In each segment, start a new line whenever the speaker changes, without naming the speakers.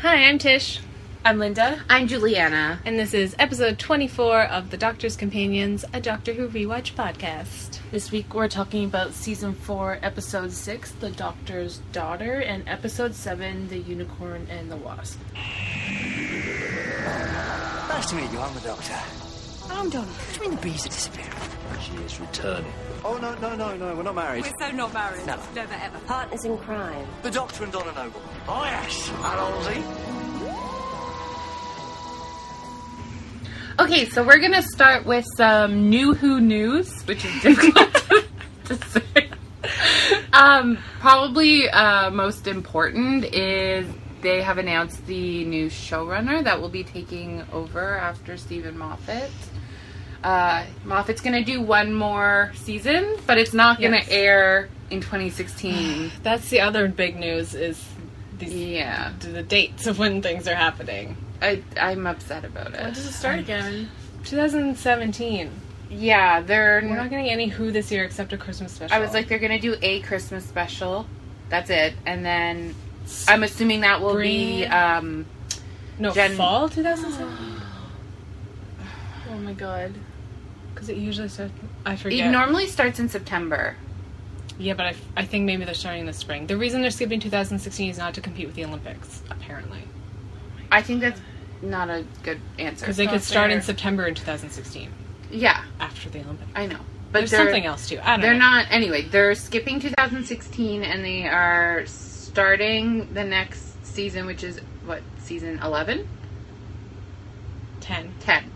Hi, I'm Tish,
I'm Linda.
I'm Juliana.
and this is episode 24 of The Doctor's Companions, a Doctor Who rewatch podcast.
This week we're talking about season four, episode six, The Doctor's Daughter, and episode seven, The Unicorn and the Wasp.
Nice to meet you. I'm the Doctor.
I'm done.
What do you mean the bees are disappearing?
She is returning.
Oh, no, no, no, no. We're not married.
We're so not married.
Never.
Never ever.
Partners in crime.
The Doctor and Donna Noble. Hi, Ash. Hello, Ozzy.
Okay, so we're gonna start with some new Who news, which is difficult to, to say. Um, probably uh, most important is they have announced the new showrunner that will be taking over after Stephen Moffat. Uh, Moffat's gonna do one more season, but it's not gonna
Yes.
air in 2016.
That's the other big news is these,
yeah,
the dates of when things are happening.
I, I'm upset about
When
it.
does it start again?
2017.
Yeah, they're
We're not getting any Who this year except a Christmas special.
I was like, they're gonna do a Christmas special. That's it, and then I'm assuming that will be
Spring.
um,
no,
Jen-
fall 2017?
Oh my god.
Because it usually starts, I
it
forget.
normally starts in September.
yeah, but I, I think maybe they're starting in the spring. The reason they're skipping 2016 is not to compete with the Olympics, apparently.
I think that's not a good answer.
Because they
It's
could
not
start in
fair.
September in 2016
Yeah,
after the Olympics.
I know, but
There's
they're,
something else too. I don't
They're
know.
not anyway. They're skipping 2016, and they are starting the next season, which is what season 11,
ten.
10.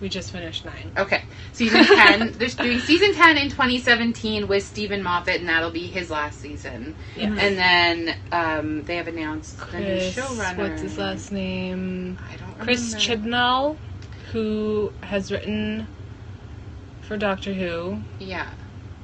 We just finished nine.
Okay, season 10. They're doing season 10 in 2017 with Stephen Moffat, and that'll be his last season.
Yeah.
And then um, they have announced the new
Mm-hmm. Chris,
showrunner.
what's his last name?
I don't
Chris
remember.
Chibnall, who has written for Doctor Who.
Yeah.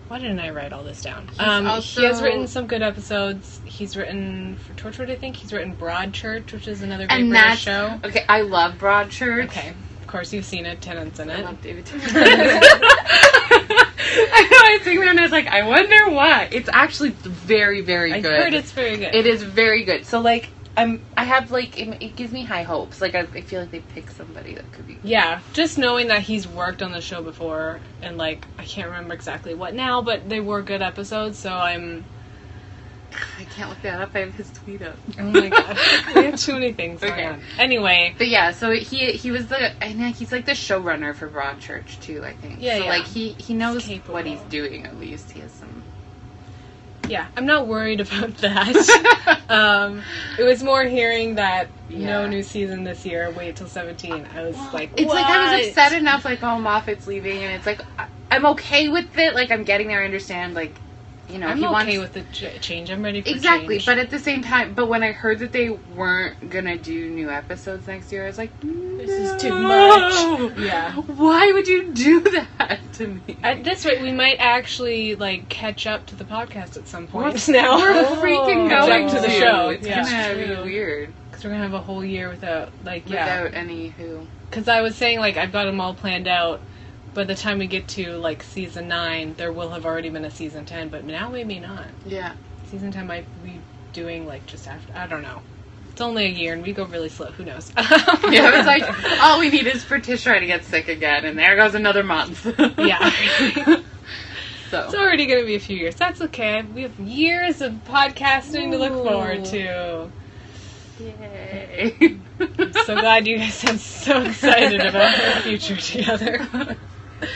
Why didn't I write all this down?
He's
Um, He has
also-
written some good episodes. He's written for Torchwood, I think. He's written Broadchurch, which is another great
And
British
that's
show.
okay. I love Broadchurch.
Okay, of course you've seen it. Tennant's in
I
it.
love David Tennant. I know. I was thinking, that and I was like, I wonder why. It's actually very, very
I've
good.
heard it's very good.
It is very good. So like, I'm. I have like. It, it gives me high hopes. Like I, I feel like they pick somebody that could be.
Yeah, just knowing that he's worked on the show before, and like I can't remember exactly what now, but they were good episodes. So I'm,
I can't look that up. I have his tweet up.
oh my god, we have too many things going
Okay.
on. Anyway,
But yeah, so he he was the and then he's like the showrunner for Broadchurch too, I think.
Yeah,
so
yeah.
like he he knows
He's capable.
what he's doing at least. He has some
yeah, I'm not worried about that. um, it was more hearing that no
Yeah.
new season this year. Wait till 17. I was like,
It's like I was
"What?"
upset enough like oh Moffat's leaving and it's like I- I'm okay with it. Like I'm getting there, I understand like you know,
I'm
he
okay with
wants
the ch- change. I'm ready for
Exactly,
change.
but at the same time, but when I heard that they weren't gonna do new episodes next year, I was like,
This is too
"No!
Yeah.
Why would you do that to me?
At this rate, we might actually like catch up to the podcast at some point.
We're-
now
We're freaking
Catch up
going
Oh. to the show.
It's
yeah.
gonna be weird.
Because we're gonna have a whole year without, like, yeah.
Without any who.
Because I was saying, like, I've got them all planned out. By the time we get to like season nine, there will have already been a season ten. But now we may not.
Yeah.
Season ten might be doing like just after. I don't know. It's only a year, and we go really slow. Who knows?
Yeah, I was like, all we need is for Tish to get sick again, and there goes another month.
yeah.
So.
It's already going to be a few years. That's okay. We have years of podcasting to look forward to.
Yay.
So glad you guys are so excited about our future together.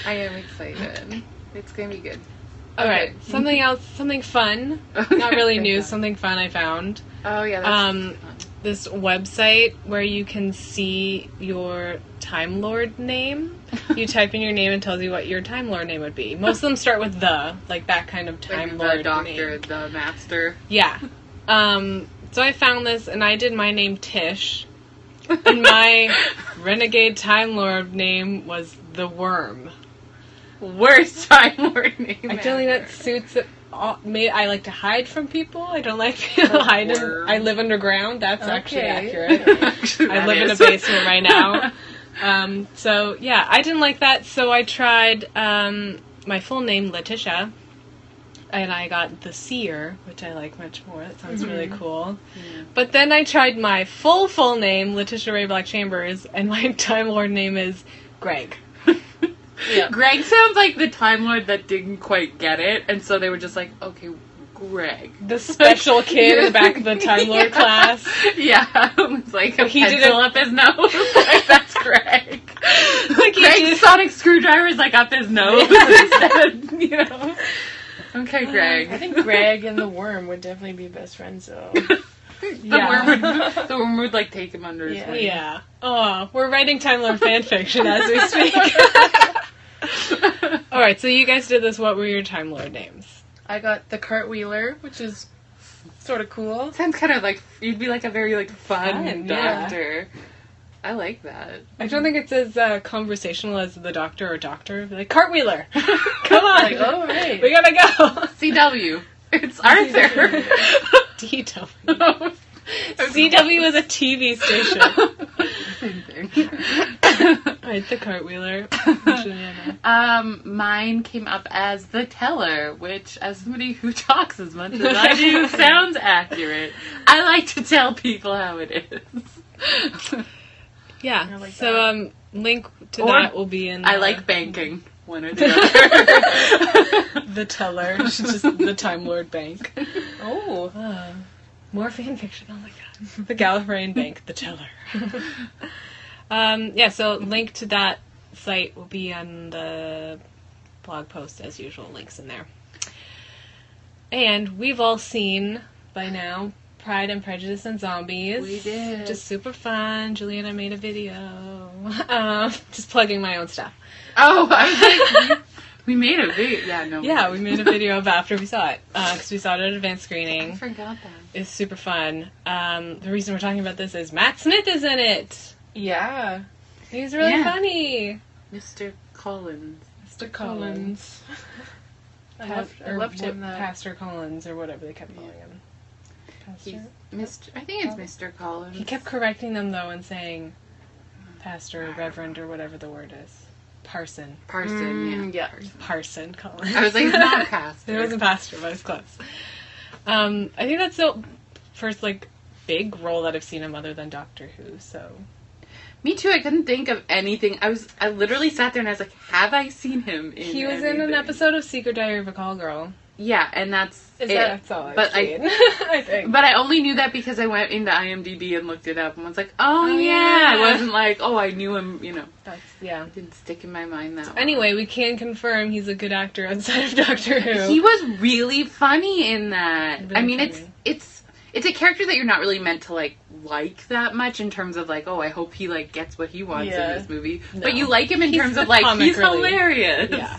I am excited. It's gonna be good.
All right, something else, something fun. Not really news, something fun I found.
Oh yeah. That's
Um, this website where you can see your Time Lord name. You type in your name and tells you what your Time Lord name would be. Most of them start with the, like that kind of
Like,
Time
the
Lord
doctor,
name.
the master.
Yeah. Um, so I found this and I did my name Tish, and my renegade Time Lord name was the Worm.
worst time lord name.
I feel like
ever.
that suits it. All, may, I like to hide from people. I don't like being hide.
worm.
I live underground. That's actually accurate.
Actually,
I
that
live in a
is.
basement right now. Um, so yeah, I didn't like that. So I tried um, my full name, Letitia, and I got the Seer, which I like much more. That sounds really
Mm-hmm.
cool. But then I tried my full full name, Letitia Ray Black Chambers, and my Time Lord name is Greg.
Yeah.
Greg sounds like the Time Lord that didn't quite get it, and so they were just like, okay, Greg.
The special kid in the back of the Time Lord
Yeah.
class.
Yeah, it's like a
He
pencil
didn't-
up his nose. like, that's Greg.
Like,
Like
he
Greg's
did-
sonic screwdriver is like up his nose instead, you know. Okay, Greg.
I think Greg and the worm would definitely be best friends, though.
the
Yeah.
worm would, the worm would like take him under his
Yeah.
wing.
Yeah. Oh, we're writing Time Lord fanfiction as we speak. All right, so you guys did this. What were your Time Lord names?
I got the cartwheeler, which is sort of cool.
Sounds kind of like you'd be like a very like fun,
Fun, yeah.
doctor. I like that.
I don't think it's as uh, conversational as the Doctor or Doctor. Like Cartwheeler, come on,
Like, oh, all right.
we gotta go.
CW. It's Arthur.
DW. CW is a TV station.
Same thing.
All right, the Cartwheeler. Juliana.
Um, mine came up as the teller, which, as somebody who talks as much as I do, sounds accurate. I like to tell people how it is.
Yeah.
I like
so
that.
um, link to
Or-
that will be in.
I
the-
like banking. One or the other.
the teller, It's just the Time Lord Bank.
Oh,
Uh, more fan fiction. Oh my god. The Gallifreyan Bank, the teller. um, yeah. So link to that site will be on the blog post as usual. Links in there. And we've all seen by now Pride and Prejudice and Zombies.
We did.
Just super fun. Juliana made a video. Um, just plugging my own stuff.
oh, I was like, we made a video. Yeah, no.
Yeah, we made a video of after we saw it because we saw it at advanced
I
screening.
forgot that.
It's super fun. Um, the reason we're talking about this is Matt Smith is in it.
yeah.
He's really
Yeah.
funny.
Mr. Collins.
Mr.
Collins. I loved, I
or
loved him.
what-
That.
Pastor Collins or whatever they kept calling him.
He's
Pastor.
Mr. I think it's Mr. Collins.
He kept correcting them though and saying pastor, or reverend, or whatever the word is. Parson.
Parson.
Mm,
yeah.
yeah.
Parson Collins.
I was like, it's not
It
pastor.
wasn't pastor, but it's close. Um, I think that's the first like big role that I've seen him other than Doctor Who. So
Me too. I couldn't think of anything. I was. I literally sat there and I was like, "Have I seen him?" In
he was in an
anything?
episode of Secret Diary of a Call Girl.
Yeah, and that's
Is
it.
that that's all I've
but
seen?
I.
I think.
But I only knew that because I went into IMDb and looked it up and was like, "Oh,
Oh,
yeah.
yeah.
I wasn't like, "Oh, I knew him." You know,
That's, yeah.
it didn't stick in my mind that.
Anyway, we can confirm he's a good actor outside of Doctor
long.
Who.
he was really funny in that.
Really
I mean,
funny.
it's it's it's a character that you're not really meant to like like that much in terms of like, "Oh, I hope he like gets what he wants
Yeah.
in this movie,"
No.
but you like him in
He's
terms
the
of like
comic
he's
relief.
hilarious.
Yeah.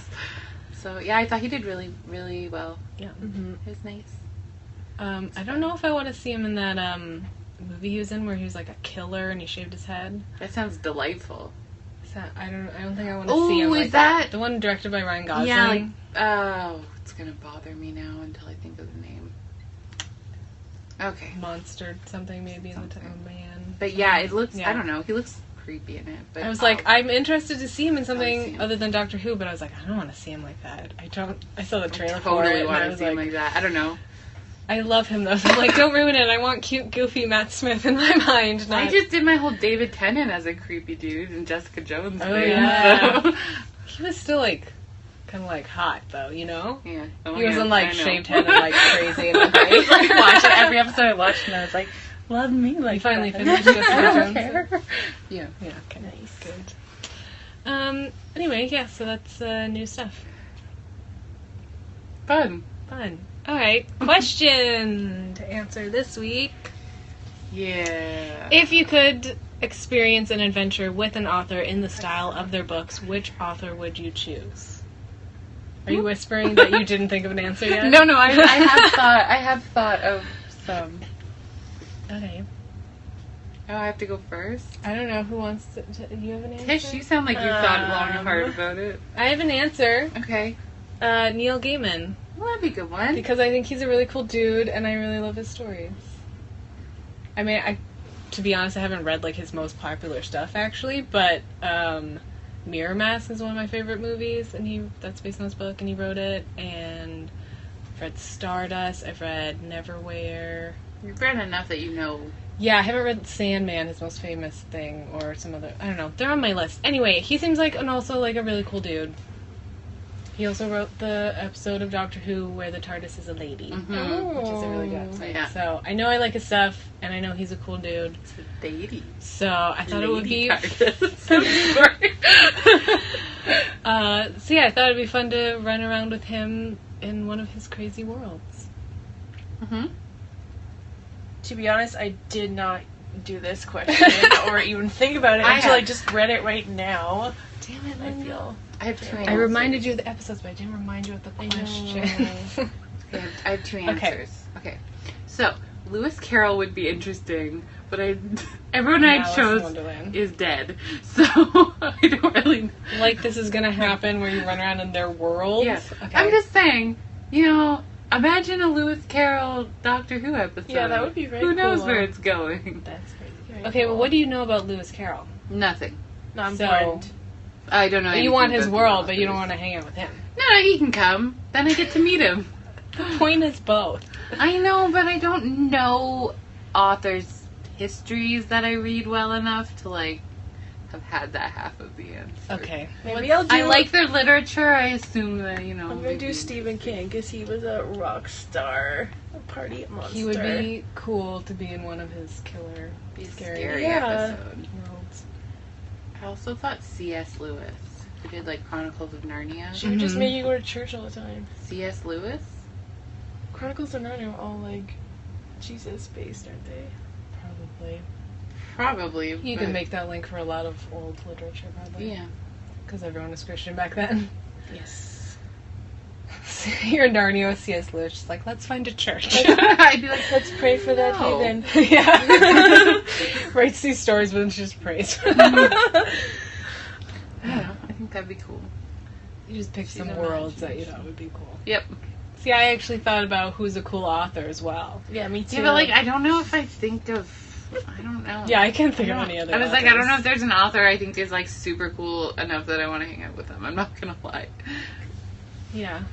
So yeah, I thought he did really, really well.
yeah.
It was nice.
Um, I don't know if I want to see him in that um, movie he was in where he was like a killer and he shaved his head.
That sounds delightful.
Is that, I don't. I don't think I want to
Oh,
see him.
is
like
that-
the one directed by Ryan Gosling?
Yeah. Like, oh, it's gonna bother me now until I think of the name. Okay,
monster something maybe in the
Something.
oh man.
but yeah, it looks.
Yeah.
I don't know. He looks creepy in it. But
I was like,
oh,
I'm interested to see him in
see
something
him.
other than Doctor Who, but I was like, I don't want to see him like that. I don't. I saw the trailer for it.
totally
and
want
I
to
was
see him
like,
like that. I don't know.
I love him though. I'm like, don't ruin it. I want cute, goofy Matt Smith in my mind. Not,
I just did my whole David Tennant as a creepy dude and Jessica Jones
Oh,
thing.
yeah.
so-
he was still like, kind of like hot though, you know.
yeah. Oh,
He was
yeah,
in, like,
I know.
shaved head and, like, crazy and, like,
I was, like watching every episode I watched and I was like, love me like
You finally
that.
finished Jessica
I don't
Jones?
care. Yeah.
Yeah. Okay. Nice. Good. Um. Anyway, yeah. So that's uh, new stuff.
Fun.
Fun. All right. Question to answer this week.
Yeah.
If you could experience an adventure with an author in the style of their books, which author would you choose? Are you whispering that you didn't think of an answer yet?
No, no, I, I have thought. I have thought of some.
Okay.
Oh, I have to go first.
I don't know who wants to. to you have an answer?
Tish, you sound like you thought long
Um,
and hard about it.
I have an answer.
Okay,
Uh, Neil Gaiman.
well, that'd be a good one.
Because I think he's a really cool dude and I really love his stories. I mean, I. To be honest, I haven't read like his most popular stuff actually, but um, Mirror Mask is one of my favorite movies, and he that's based on his book, and he wrote it. And I've read Stardust. I've read Neverwhere.
You've read enough that you know.
Yeah, I haven't read Sandman, his most famous thing, or some other. I don't know. They're on my list. Anyway, he seems like and also like a really cool dude. He also wrote the episode of Doctor Who where the TARDIS is a lady, Mm-hmm. which is a really good episode.
Yeah.
So I know I like his stuff, and I know he's a cool dude.
It's a lady.
So I thought it would be.
Lady TARDIS. I'm sorry.
Uh, so yeah, I thought it'd be fun to run around with him in one of his crazy worlds.
Mm-hmm.
To be honest, I did not do this question or even think about it
I
until I
have.
just read it right now.
Damn it,
I feel
I have two answers.
I reminded you of the episodes, but I didn't remind you of the question.
I have, I have two
Okay.
answers. Okay. So, Lewis Carroll would be interesting, but I everyone I
Alice in
chose
Wonderland.
is dead. So, I don't really
Like this is gonna happen where you run around in their world.
Yeah.
Okay.
I'm just saying, you know, imagine a Lewis Carroll Doctor Who episode.
Yeah, that would be very
Who knows
cool.
where it's going?
That's crazy.
Very
Okay,
cool.
well, what do you know about Lewis Carroll?
Nothing.
Not
So-
important.
I don't know.
you want his world, but you don't
want.
want to hang out with him.
No, he can come. Then I get to meet him.
Point is both.
I know, but I don't know authors' histories that I read well enough to like have had that half of the answer.
Okay.
Maybe I'll do.
I like their literature. I assume that you know.
I'm gonna
they'd
do
be-
Stephen King because he was a rock star, a party monster.
He would be cool to be in one of his killer
be
scary.
scary,
Yeah.
episode.
worlds.
I also thought C.S. Lewis, who did like Chronicles of Narnia.
She would just
Mhm.
make you go to church all the time.
C.S. Lewis.
Chronicles of Narnia are all like Jesus based, aren't they?
Probably.
Probably.
You
but-
can make that link for a lot of old literature, probably.
Yeah.
Because everyone was Christian back then.
Yes.
You're Narnia with C.S. Lewis, just like, let's find a church.
I'd be like,
Let's pray for that
No.
heathen.
yeah. Writes these stories, but then she just prays.
I don't know. I think that'd be cool.
you just pick some
the
worlds that you thought would be cool.
Yep.
See, I actually thought about who's a cool author as well.
Yeah, me too.
Yeah, but like I don't know if I think of. I don't know.
Yeah, I can't think
I
of
don't-
any other.
I was like, I don't know if
authors.
there's an author I think is like super cool enough that I want to hang out with them. I'm not gonna lie.
Yeah.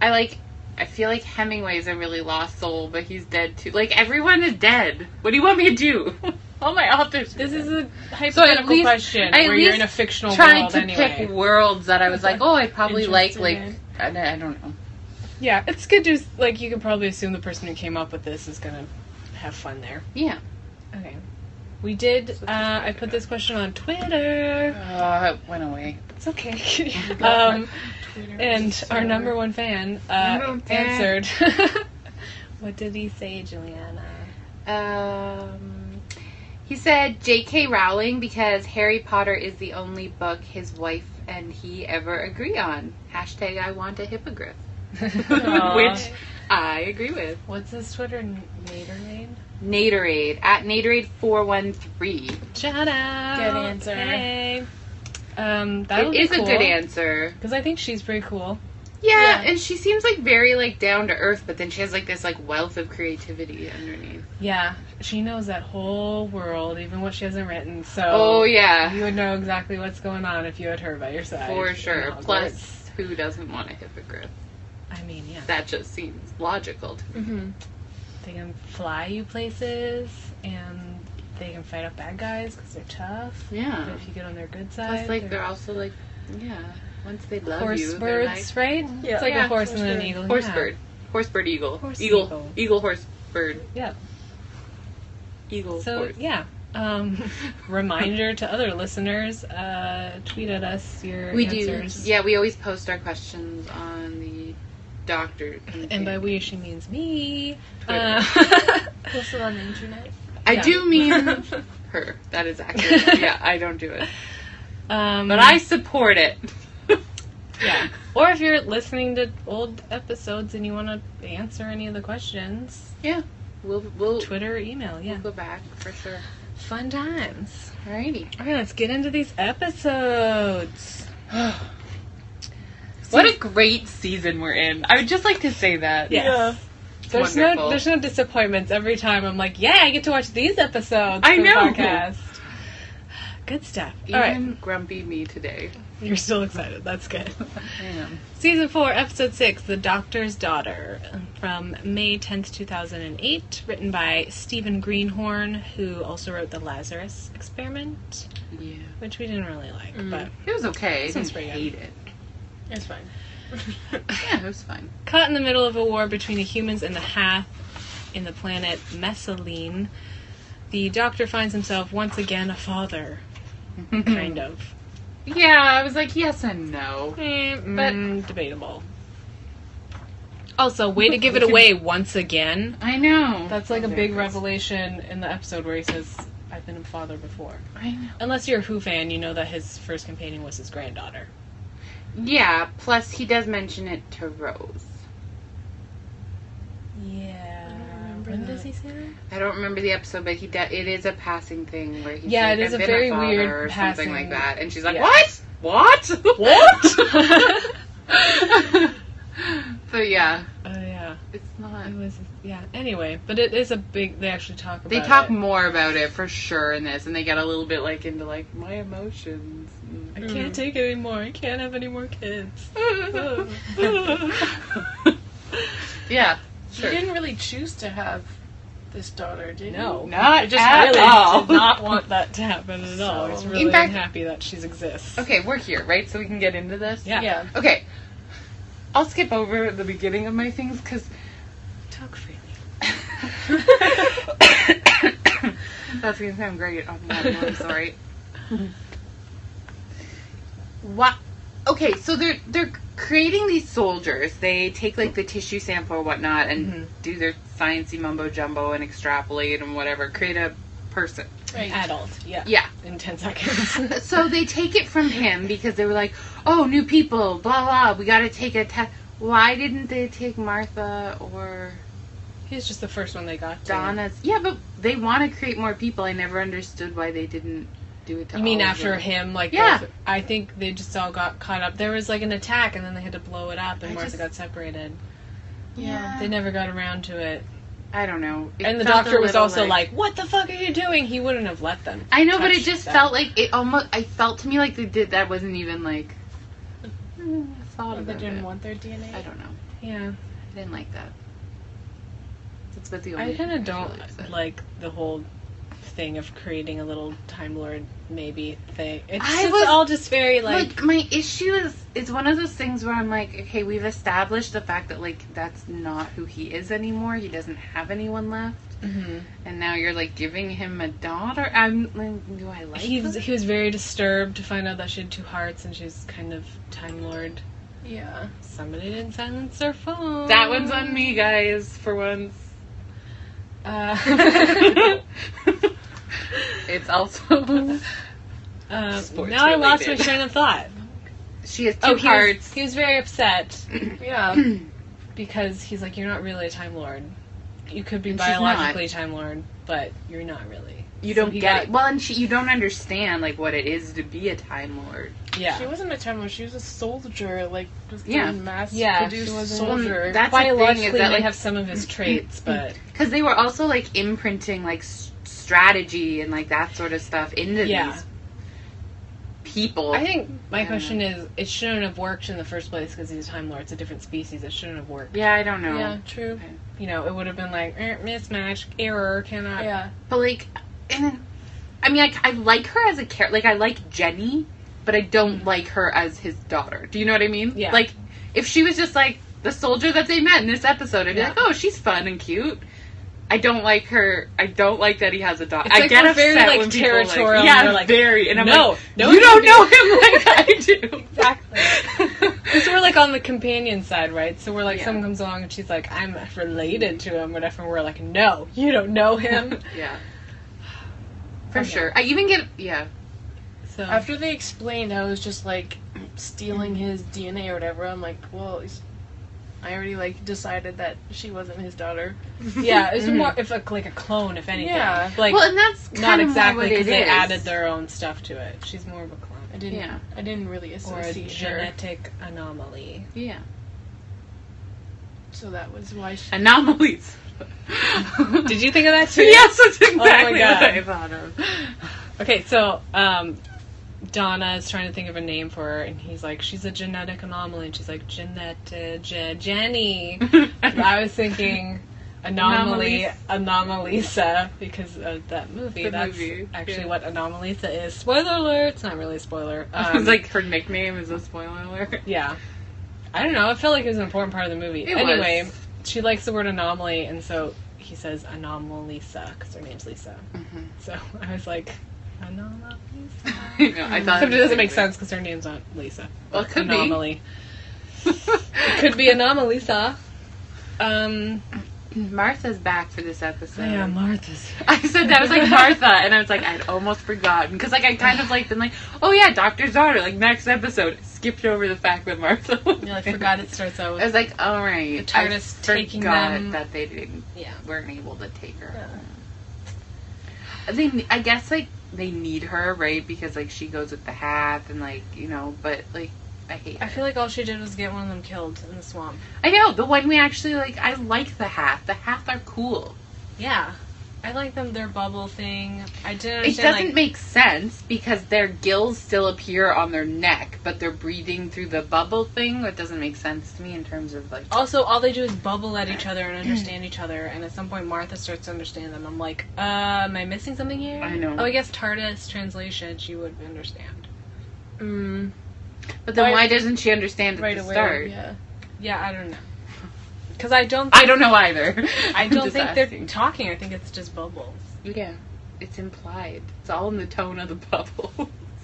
I like. I feel like Hemingway's a really lost soul, but he's dead too. Like everyone is dead. What do you want me to do? All my authors. are
This
dead.
is a hypothetical
least-
question
I at
where you're in
least
a fictional
trying
world
to
anyway.
pick worlds that I was like, oh, I probably like
Interested
like.
in.
I, don't- I don't know.
Yeah, it's good to like. You can probably assume the person who came up with this is gonna have fun there.
Yeah.
Okay. We did. Uh,
So just
I
like
put
a-
this question on Twitter.
Uh, it went away.
It's okay. um, and our number one fan uh,
Number one fan.
answered. what did he say, Juliana?
Um, he said J.K. Rowling because Harry Potter is the only book his wife and he ever agree on. Hashtag I want a hippogriff, which I agree with.
What's his Twitter n- Nader name?
Naderade at Naderade four one three.
Shout out.
Good answer.
Hey. Um, that
It is a good answer.
because I think she's pretty cool.
Yeah,
Yeah.
and she seems like very like down to earth, but then she has like this like wealth of creativity underneath.
Yeah, she knows that whole world, even what she hasn't written. So.
Oh yeah,
You would know exactly what's going on if you had her by your side.
for
in
sure.
Hogwarts.
Plus, who doesn't want a hippogriff?
I mean, yeah.
That just seems logical to
They can fly you places, and they can fight off bad guys because they're tough.
me. Yeah.
But if you get on their good side,
Plus, like
they're
they're also like, yeah. Once they love
horse
you, they're
birds, right?
Yeah.
It's like
Yeah,
a horse,
horse
and an
bird.
eagle.
like horse
yeah.
bird, horse bird, eagle,
Horse
eagle,
eagle.
eagle, horse bird,
Yeah.
eagle.
So
horse.
yeah. Um, reminder to other listeners: uh, tweet at us your
we
answers.
do. Yeah, we always post our questions on the doctor.
And by we, she means me.
Twitter.
Uh,
posted on the internet.
I
yeah.
do mean her. That is accurate. yeah, I don't do it,
um,
but I support it.
Yeah. Or if you're listening to old episodes and you want to answer any of the questions,
We'll we'll,
Twitter or email, yeah.
we'll go back for sure.
Fun times.
Alrighty.
All right, let's get into these episodes.
What a great season we're in. I would just like to say that.
Yes.
Yeah.
There's
wonderful.
no there's no disappointments every time. I'm like, yeah, I get to watch these episodes.
I
for the
know.
podcast. Good stuff. All
Even
right.
grumpy me today.
You're still excited. That's good.
I am.
Season 4, Episode 6, The Doctor's Daughter, from May 10th, 2008, written by Stephen Greenhorn, who also wrote The Lazarus Experiment,
Yeah.
which we didn't really like, but
It was okay. I
Sounds
didn't
pretty good.
hate it.
it's fine.
Yeah, it was fine.
Caught in the middle of a war between the humans and the Hath in the planet Messaline, the Doctor finds himself once again a father,
Mm.
kind of.
Yeah, I was like, yes and no.
but Mm, debatable. Also, way to give it away once again.
I know.
That's like a big revelation in the episode where he says, I've been a father before.
I know.
Unless you're a Who fan, you know that his first companion was his granddaughter.
Yeah, plus he does mention it to Rose.
Yeah. When does he say that?
I don't remember the episode, but he do- it is a passing thing where he's
Yeah,
like,
it is
I've
a
been
very
father
weird
or
passing-
something like that, and she's like,
Yeah.
"What? What?
What?
so yeah,
Oh, yeah.
it's not.
It was, yeah. Anyway, but it is a big, they actually talk about
They talk
it.
more about it for sure in this, and they get a little bit like into like my emotions.
I can't take it anymore. I can't have any more kids.
You
yeah, sure.
didn't really choose to have this daughter, did
No.
Not
just
at
really
all.
did not want that to happen at all. I was
So-
really
In fact-
unhappy that she exists.
Okay, we're here, right? So we can get into this.
you?
Yeah.
Yeah.
Okay. I'll skip over the beginning of my things because
Talk freely.
That's gonna sound great on the audio, I'm sorry. What? Okay, so they're they're creating these soldiers. They take like the tissue sample or whatnot and do their sciencey mumbo jumbo and extrapolate and whatever. Create a person.
Right.
Adult. Yeah.
Yeah.
In 10 seconds.
So they take it from him because they were like, "Oh, new people, blah blah. We gotta take a test." Why didn't they take Martha or
He's just the first one they got. to.
Donna's? Yeah, but they want to create more people. I never understood why they didn't do it. To
You mean
all of
after
them.
him? Like,
Yeah.
both- I think they just all got caught up. There was like an attack, and then they had to blow it up, and
I
Martha
just-
got separated.
Yeah.
They never got around to it.
I don't know. It
and the
felt a
doctor was
little
also like, "What the fuck are you doing?" He wouldn't have let them.
I know, but it
touched
just
them.
felt like it almost. I felt to me like they did that wasn't even like. mm, I thought
Or they
about
didn't
it.
want their DNA.
I don't know.
Yeah,
I didn't like that. That's about the only.
I kind
thing
of
really upset.
don't like the whole thing of creating a little time lord maybe thing. It's
I
just
was-
all just very like,
Like, my issue is it's one of those things where I'm like, okay, we've established the fact that like that's not who he is anymore. He doesn't have anyone left,
Mhm.
and now you're like giving him a daughter. I'm like, do I like?
he was
this?
he was very disturbed to find out that she had two hearts and she was kind of time lord.
Yeah.
Somebody didn't silence their phone.
That one's on me, guys. For once.
Uh,
it's also
Um,
Sports
now I lost my
related.
train of thought.
she has two
Oh, he was,
cards.
he was very upset
Yeah.
because he's like, "You're not really a Time Lord. You could be
And she's not.
biologically Time Lord, but you're not really."
You
So
don't
he
get
got-
it. Well, and she, you don't understand like what it is to be a time lord.
She
Yeah,
wasn't a time lord. She was a soldier, like just
Yeah.
a mass
Yeah, she
produced
was a-
soldier.
That's the
biologically
thing is that
they
like
have some of his traits, but
because they were also like imprinting like s- strategy and like that sort of stuff into
Yeah.
these people.
I think my
Yeah.
question is, it shouldn't have worked in the first place because he's a Time Lord. It's a different species. It shouldn't have worked.
yeah, I don't know.
yeah, true.
You know, it would have been like er, mismatch, error, cannot.
Yeah.
But like, and then, I mean, I, I like her as a character. Like, I like Jenny, but I don't like her as his daughter. Do you know what I mean?
Yeah.
Like, if she was just like the soldier that they met in this episode, I'd be
Yeah.
like, oh, she's fun and cute. I don't like her. I don't like that he has a daughter.
It's
I
like
get
we're
upset
very, like,
when people, like-
territorial and
yeah,
we're like,
very. And I'm
"No,
like,
no,
you don't
you
know him like I
Exactly.
do.
So we're like on the companion side, right? So we're like,
Yeah.
someone comes along and she's like, I'm related to him, whatever. And we're like, no, you don't know him.
yeah. For
Okay.
sure. I even get yeah.
So
After they explained how it was just like stealing his DNA or whatever, I'm like, well, he's- I already like decided that she wasn't his daughter.
yeah, it's more if a, like a clone, if anything.
Yeah.
Like
well, and that's
not
kind of
exactly
what it
because they
is.
added their own stuff to it. She's more of a clone
I didn't.
Yeah.
I didn't really
or a
associate her,
genetic anomaly.
yeah.
so that was why. She,
anomalies.
Did you think of that too?
yes, that's exactly
God.
what I thought of.
Okay, so um, Donna is trying to think of a name for her, and he's like, she's a genetic anomaly. And she's like, Jeanette, uh, Je- Jenny. and I was thinking anomaly, Anomalisa, because of that movie.
The
That's
movie,
actually
yeah.
what Anomalisa is. Spoiler alert! It's not really a spoiler. Um,
it's like her nickname is a spoiler alert.
yeah. I don't know. I felt like it was an important part of the movie.
It
anyway,
was.
she likes the word anomaly, and so he says Anomalisa because her name's Lisa.
Mm-hmm.
So I was like, Anomalisa.
No, I
Except
thought
it
was
doesn't make
like-
sense because her name's not Lisa.
Well, it could be.
anomaly. It could be Anomalisa. Um,
Martha's back for this episode.
Martha's.
I said that I was like Martha, and I was like I'd almost forgotten because like I kind of like been like, oh yeah, Doctor's daughter. Like next episode, skipped over the fact that Martha. Was
Yeah, like
there.
forgot it starts out
I
with
was like, all right,
The TARDIS
I
taking
forgot
them-
that they didn't
Yeah.
weren't able to take her. They, I guess, like they need her, right? Because like she goes with the hat, and like you know, but like I hate.
I
Her.
feel like all she did was get one of them killed in the swamp.
I know the one we actually like. I like the hat. The hats are cool.
Yeah. I like them, their bubble thing. I didn't
It
understand,
doesn't
like,
make sense because their gills still appear on their neck, but they're breathing through the bubble thing. That doesn't make sense to me in terms of like.
Also, all they do is bubble at each other and understand each other, and at some point Martha starts to understand them. I'm like, uh, am I missing something here?
I know.
Oh, I guess TARDIS translation, she would understand.
mm,
But then
Right-
why doesn't she understand at
right
the
away.
start?
Yeah.
Yeah, I don't know. Because I don't,
I don't know either.
I
I'm
don't
just
think
asking.
they're talking. I think it's just bubbles.
Yeah, it's implied. It's all in the tone of the bubble.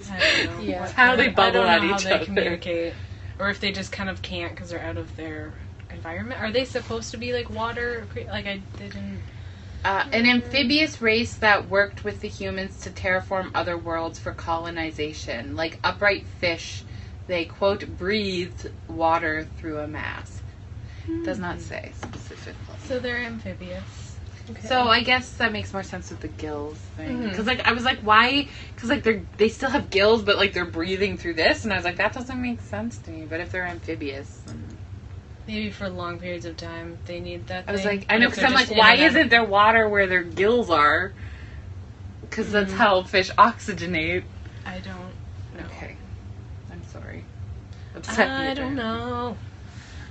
I don't know.
Yeah.
what
How they
they're- I
bubble
don't know
at
how
each
they
other.
communicate, or if they just kind of can't because they're out of their environment. Are they supposed to be like water? cre- Like I didn't.
Uh, an amphibious race that worked with the humans to terraform other worlds for colonization. Like upright fish, they quote breathed water through a mask. Does not say specifically.
So they're amphibious.
So I guess that makes more sense with the gills thing.
Mhm.
Because like I was like, why? Because like they're they still have gills, but like they're breathing through this, and I was like, that doesn't make sense to me. But if they're amphibious, then-
Maybe for long periods of time they need that.
I was
thing.
like, I know,
If
because
they're
I'm like,
just
why
in and out.
isn't there water where their gills are? Because that's how fish oxygenate.
I don't. Mm-hmm. No.
Okay. I'm sorry. Upset
I
you
don't
there.
know.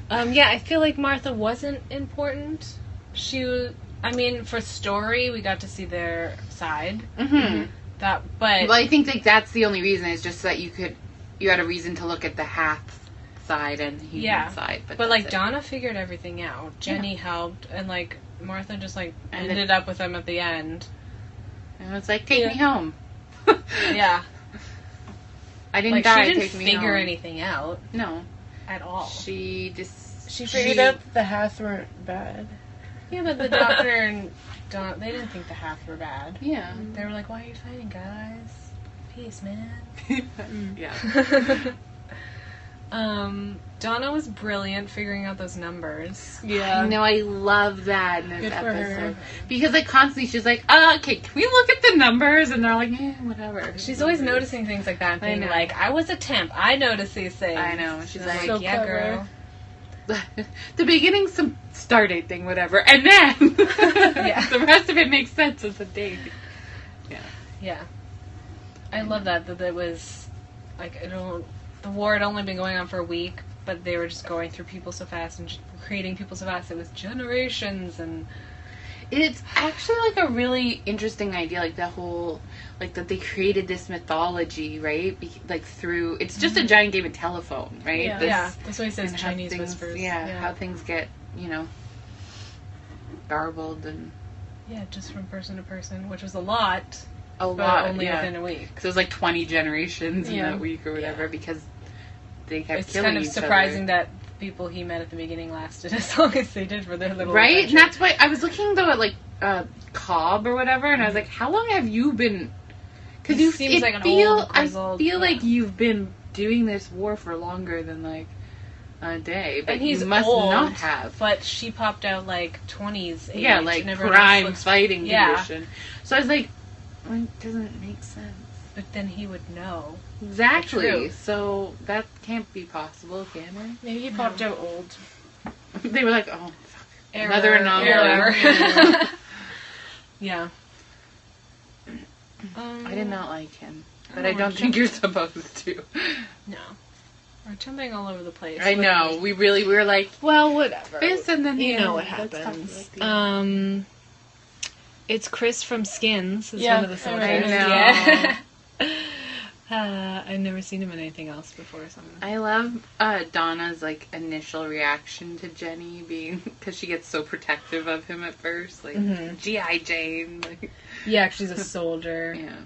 Um, yeah, I feel like Martha wasn't important. She, w- I mean, for story, we got to see their side.
Mhm.
That, but
Well, I think like that's the only reason is just that you could, you had a reason to look at the half side and human
Yeah.
side. But,
but
that's
like
it.
Donna figured everything out. Jenny helped, and like Martha just like
And
ended up with them at the end.
and it's like take
Yeah.
me home.
Yeah,
I didn't
like
die.
she didn't
take me
figure Oh.
home.
anything out
No,
at all.
she just
She figured out that the hats weren't bad.
Yeah, but the doctor and Don, they didn't think the half were bad.
Yeah.
They were like, "Why are you fighting, guys? Peace, man."
yeah.
um, Donna was brilliant figuring out those numbers.
Yeah.
I know I love that in this
Good for
episode
her.
because like constantly she's like, uh, "Okay, can we look at the numbers?" And they're like, "Eh, whatever."
She's always noticing things like that, and
I
being
know.
like, "I was a temp. I noticed these things."
I know. She's
And I'm
like-
like,
So
"Yeah,
clever.
girl."
the beginning, some star date thing, whatever, and then
Yeah.
the rest of it makes sense as a date.
Yeah, I love that. That it was like it don't. The war had only been going on for a week, but they were just going through people so fast and j- creating people so fast. It was generations and
It's actually like a really interesting idea, like the whole, like that they created this mythology, right? Be- like through, it's just a giant game of telephone, right?
Yeah.
This-
Mm-hmm. yeah. That's why he says
and how
Chinese
things-
whispers.
Yeah,
yeah.
how things get, you know, garbled and
Yeah, just from person to person, which was a lot,
a
but
lot.
only
yeah.
within a week.
Because it was like 20 generations in
Yeah.
that week or whatever because they kept
It's
killing
kind of
each
surprising
other.
that people he met at the beginning lasted as long as they did for their little
Right? And
adventure.
that's why I was looking though at like uh, Cobb or whatever and I was like, how long have you been. Because
He
you
seems
it
like an
feel,
old,
I
grizzled-
feel like
yeah.
you've been doing this war for longer than like a day. But
and he's
you must
old,
not have.
But she popped out like twenties.
yeah, like prime fighting condition. So I was like, well, it doesn't make sense.
But then he would know.
Exactly.
True.
So that can't be possible, can
Maybe he popped out old.
it? they were like, oh, fuck.
Error,
Another anomaly.
error. yeah. Um,
Um, I did not like him.
Mm. I
but I don't think you're supposed to.
No. We're jumping all over the place.
I
What-
know. We really we were like
Well, whatever.
this, and then
You
the
know what
end. Let's talk
happens.
about the-
Um, it's Chris from Skins. Is
Yeah,
one of the
I
soldiers.
remember.
Yeah. uh, I've never seen him in anything else before. So I'm-
I love uh, Donna's like initial reaction to Jenny being because she gets so protective of him at first, like
Mhm.
GI Jane, like
yeah, she's a soldier.
yeah,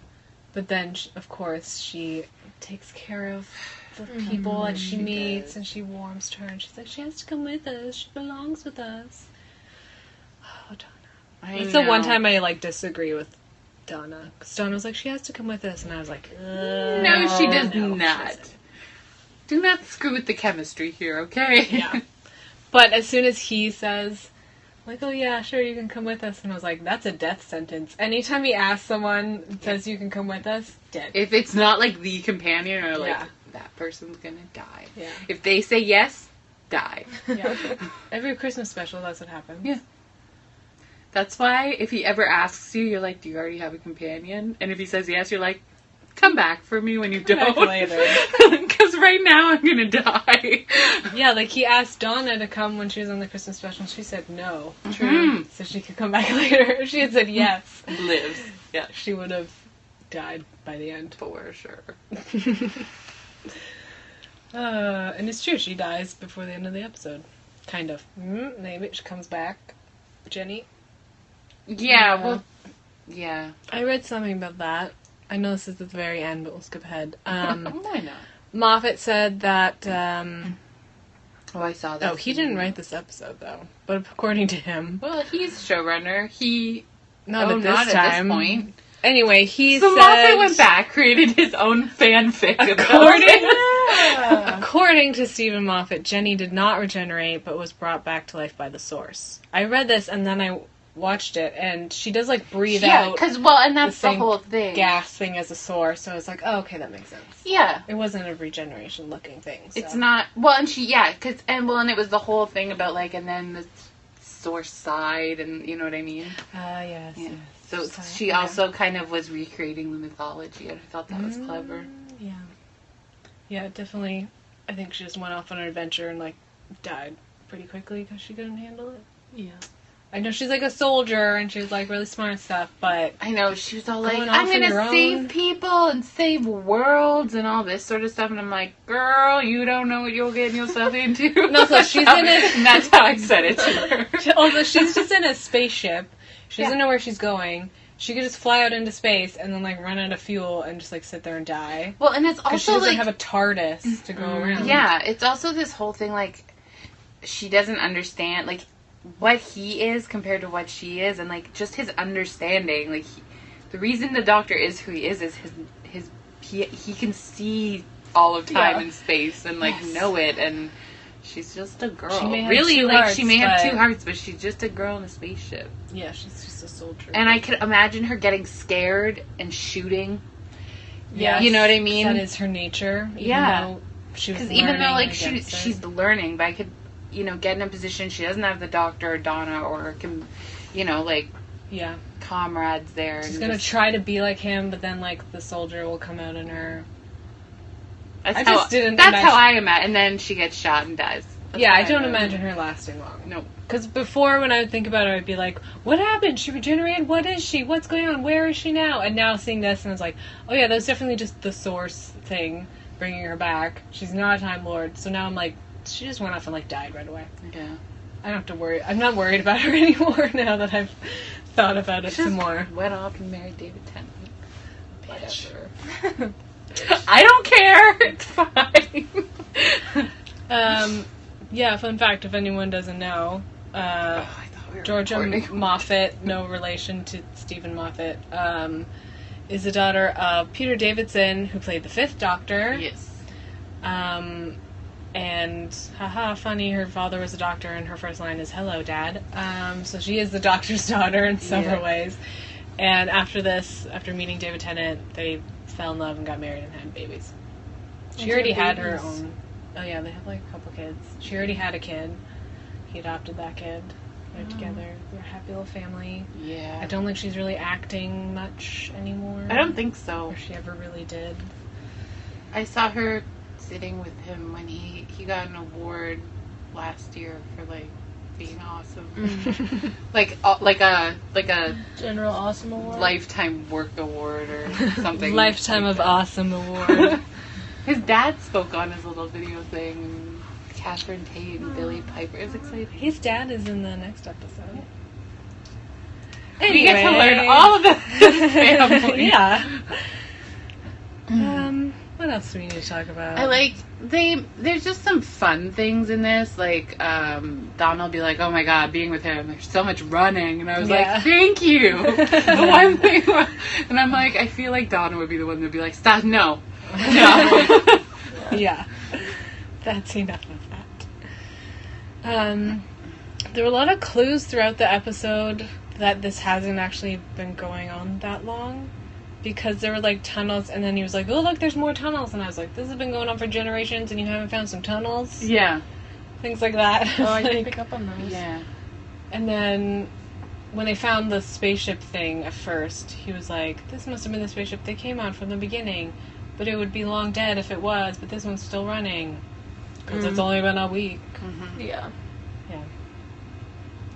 But then, sh of course, she takes care of the
Mm-hmm.
people that she, meets, and she warms to her, and she's like, she has to come with us. She belongs with us. Oh, Donna.
I
That's the one
know.
time I like disagree with Donna. Because Donna was like, she has to come with us, and I was like, no,
Mm. No, she does
no, she
not.
doesn't.
Do not screw with the chemistry here, okay?
Yeah. But as soon as he says, like, oh yeah, sure, you can come with us, and I was like, that's a death sentence. Anytime he asks someone, says you can come with us, dead.
if it's not like the companion or like
Yeah.
that person's gonna die.
yeah.
If they say yes, die.
yeah. Every Christmas special, that's what happens.
Yeah. That's why if he ever asks you, you're like, "Do you already have a companion?" And if he says yes, you're like, "Come back for me when you
Come back
don't, because right now I'm gonna die."
Yeah, like he asked Donna to come when she was on the Christmas special, and she said no.
True.
So she could come back later. If she had said yes,
Lives. Yeah.
she would have died by the end.
For sure.
Uh, and it's true, she dies before the end of the episode. Kind of. Mm, maybe she comes back. Jenny?
Yeah.
Yeah.
Well. Yeah.
I read something about that. I know this is at the very end, but we'll skip ahead. Um,
I know.
Moffat said that. Um,
Oh, I saw that.
oh, he didn't write this episode, though. But according to him,
Well, he's showrunner. He.
not
oh,
at this
not at
time.
this point.
Anyway, he
So
said.
Moffat went back, created his own fanfic. about
According,
it.
according to Stephen Moffat, Jenny did not regenerate but was brought back to life by the source. I read this and then I watched it, and she does like breathe
Yeah,
out
because well, and that's the,
same
whole thing.
gasping as a source. So I was like, oh, okay, that makes sense.
Yeah.
It wasn't a regeneration looking thing. So.
It's not well, and she yeah, because and well, and it was the whole thing about like, and then the source side, and you know what I mean.
Ah, yes.
Yeah.
yes.
So
Side,
she
yeah.
also kind of was recreating the mythology, and I thought that was clever.
Mm, Yeah. Yeah, definitely. I think she just went off on an adventure and like died pretty quickly because she couldn't handle it.
Yeah.
I know she's like a soldier and she's like really smart and stuff, but
I know she was all like,
Going off
"I'm
on your
gonna
own."
save people and save worlds and all this sort of stuff," and I'm like, "Girl, you don't know what you'll get yourself into."
No, so she's
That's how-
in a-
and that's how I said it to her.
although she's just in a spaceship, she
Yeah.
doesn't know where she's going. She could just fly out into space and then like run out of fuel and just like sit there and die.
well, and it's also
Because she doesn't
like
have a TARDIS to go around.
Yeah, it's also this whole thing like she doesn't understand like what he is compared to what she is, and like just his understanding. Like he, the reason the Doctor is who he is is his his he, he can see all of time
Yeah.
and space and like
Yes.
know it, and she's just a girl.
She may have
really,
two
like she
hearts,
may have
but-
two hearts, but she's just a girl in a spaceship.
Yeah, she's just a soldier.
And I could imagine her getting scared and shooting.
yeah,
you know what I mean?
That is her nature. even
Yeah.
though she was
Because even though
learning
like she
against it.
she's learning, but I could, you know, get in a position she doesn't have the doctor or Donna or can, you know, like
yeah,
comrades there.
she's
and
gonna
just-
try to be like him, but then like the soldier will come out in her.
that's
I
how,
just didn't
That's
imagine-
how I am at, and then she gets shot and dies. That's
yeah,
how
I don't
am.
imagine her lasting long.
Nope.
Because before, when I would think about it, I'd be like, what happened? She regenerated? What is she? What's going on? Where is she now? And now seeing this, and I was like, oh yeah, that was definitely just the source thing bringing her back. She's not a Time Lord. So now I'm like, she just went off and like died right away.
Yeah.
I don't have to worry. I'm not worried about her anymore now that I've thought about it
She
some more.
went off and married David Tennant. Whatever. I don't care. It's fine.
Um, yeah, fun fact if anyone doesn't know, uh,
Oh, I thought we were
Georgia
recording.
Moffat, no relation to Stephen Moffat, um, is the daughter of Peter Davidson, who played the Fifth Doctor.
Yes.
Um, and haha, funny, her father was a doctor, and her first line is "Hello, Dad." Um, so she is the doctor's daughter in several
Yeah.
ways. And after this, after meeting David Tennant, they fell in love and got married and had babies. She
Those are
already had her
babies.
own. Oh yeah, they had like a couple kids. She already had a kid. He adopted that kid. They're together. They're a happy little family. I
Yeah.
don't think she's really acting much anymore.
I don't think so.
Or she ever really did.
I saw her sitting with him when he he got an award last year for like being awesome,
Mm.
like uh, like a like a
General Awesome
Oh,
Award.
lifetime work award or something.
Lifetime of Awesome Award.
his dad spoke on his little video thing. Catherine Tate and Billy Piper. It was exciting.
His dad is in the next episode.
We get to learn all about this family.
yeah. Um, what else do we need to talk about?
I like they. There's just some fun things in this. Like um, Donald be like, "Oh my god, being with him, there's so much running," and I was
Yeah.
like, "Thank you." the one thing, and I'm like, I feel like Donna would be the one that'd be like, "Stop, no, no."
yeah. That's enough of that. Um, there were a lot of clues throughout the episode that this hasn't actually been going on that long. Because there were like tunnels, and then he was like, "Oh look, there's more tunnels," and I was like, "This has been going on for generations, and you haven't found some tunnels,
yeah,
things like that."
Oh, I
Like-
didn't pick up on those.
yeah.
And then when they found the spaceship thing at first, he was like, This must have been the spaceship they came on from the beginning. But it would be long dead if it was, but this one's still running. Because
Mm.
it's only been a week.
Mm-hmm.
Yeah.
Yeah.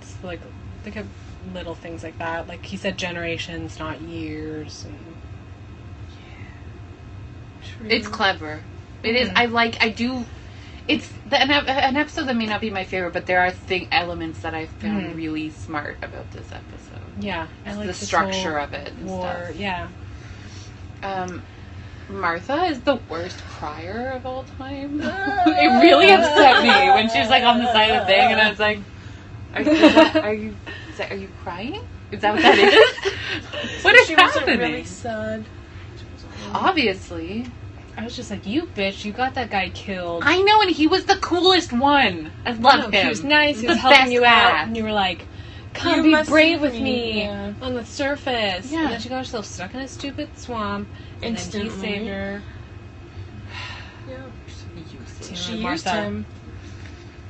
It's like, look at little things like that. Like he said, generations, not years. And
It's clever. It
Mm-hmm.
is. I like. I do. It's the, an, ep- an episode that may not be my favorite, but there are thing elements that I found
Mm-hmm.
Mhm.
really smart about this episode.
yeah, I like
the
this
structure
whole
of it and
War, yeah.
stuff. Um, Martha is the worst crier of all time.
Ah,
it really upset me when she was like on the side of the thing, and I was like, "Are you? Are you? Is that, are you crying? Is that what that is? what is happening? Oh,
sad.
Obviously,
I was just like, you bitch, you got that guy killed.
I know, and he was the coolest one. I love
No,
him.
He was nice. He was
The
helping
best
you out,
guy.
and you were like, "Come,
You
be
must
brave
save
with
me."
me
Yeah.
on the surface."
Yeah.
And then she got herself stuck in a stupid swamp, and then he
Instantly.
saved her.
Useless.
She used him.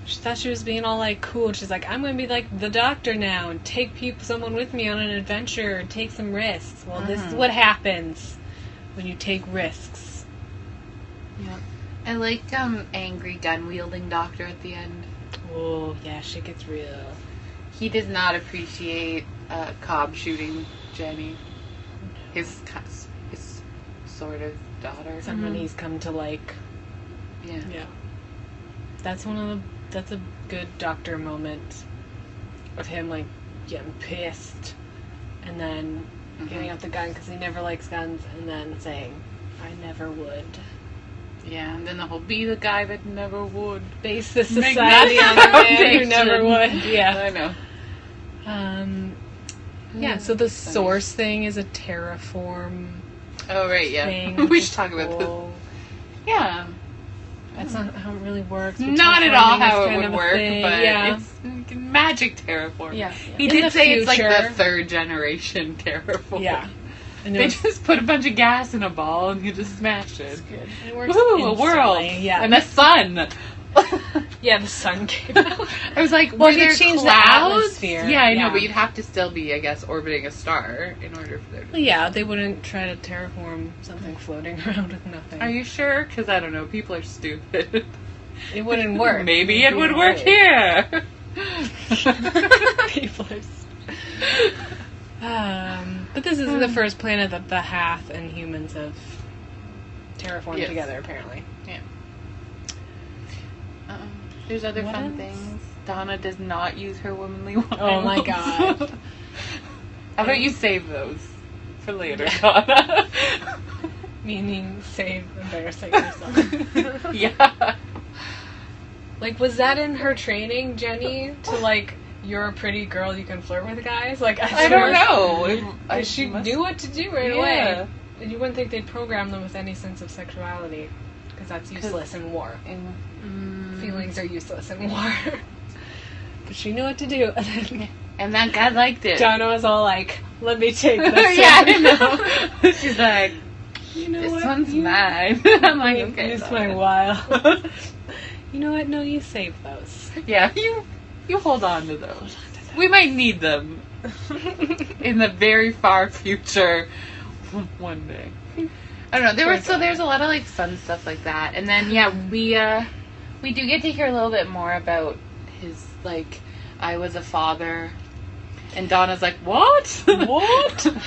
She thought she was being all like cool. She's like, "I'm going to be like the doctor now and take people, someone with me on an adventure and take some risks." Well, this
Uh-huh.
is what happens when you take risks.
I like um angry gun wielding doctor at the end.
Oh yeah, shit gets real.
He does not appreciate uh, Cobb shooting Jenny, his cous- his sort of daughter.
Someone he's come to like.
Yeah.
Yeah. That's one of the that's a good doctor moment of him like getting pissed and then giving up the gun because he never likes guns and then saying, I never would.
yeah, and then the whole be the guy that never would.
Base the
Make
society on the
that
man who
foundation.
never would. Yeah.
I know.
Um, yeah, so the source thing is a terraform
Oh right, yeah.
thing.
we should talk about this.
Cool.
Yeah,
That's not how it really works. but
not at all
terraforming is
how it
kind of
would
a
work,
thing.
but
yeah.
it's magic terraform.
yeah.
He
In
did
the
say it's like
future.
the third generation terraform.
Yeah. And it
They
was-
just put a bunch of gas in a ball and you just smash it.
It works
Woohoo, a
instantly,
world!
Yeah.
And a sun!
yeah, the sun came out.
I was like,
Well,
were
if you
there
change the
clouds?
atmosphere,
Yeah, I
yeah.
know, but you'd have to still be, I guess, orbiting a star in order for there to
yeah, they wouldn't try to terraform something floating around with nothing.
Are you sure? Because I don't know, people are stupid.
it wouldn't work.
Maybe it would
no
work
way.
here!
People are s- um, but this is the first planet that the Hath and humans have terraformed
Yes.
together, apparently.
Um, There's other
What
fun
else?
things. Donna does not use her womanly wiles.
Oh my God.
How about you save those for later, Donna?
Meaning, save embarrassing yourself.
yeah.
like, was that in her training, Jenny? To like, you're a pretty girl, you can flirt with guys. Like,
I don't know. I-
she
must-
knew what to do right
Yeah.
away. And you wouldn't think they'd program them with any sense of sexuality, because that's useless in war.
And- Mm.
Feelings are useless in war. but she knew what to do. And then
And that guy liked it.
Donna was all like, "Let me take this."
yeah,
one."
I know. She's like,
you know
this
what?
one's
You-
mine. I'm like,
you
okay.
used
Donna.
my while. you know what? No, you save those.
Yeah, you you hold on to those.
Hold on to
We might need them in the very far future one day. I don't know. There were so there's a lot of like fun stuff like that. And then yeah, we uh we do get to hear a little bit more about his like I was a father and Donna's like, "What? What?" um,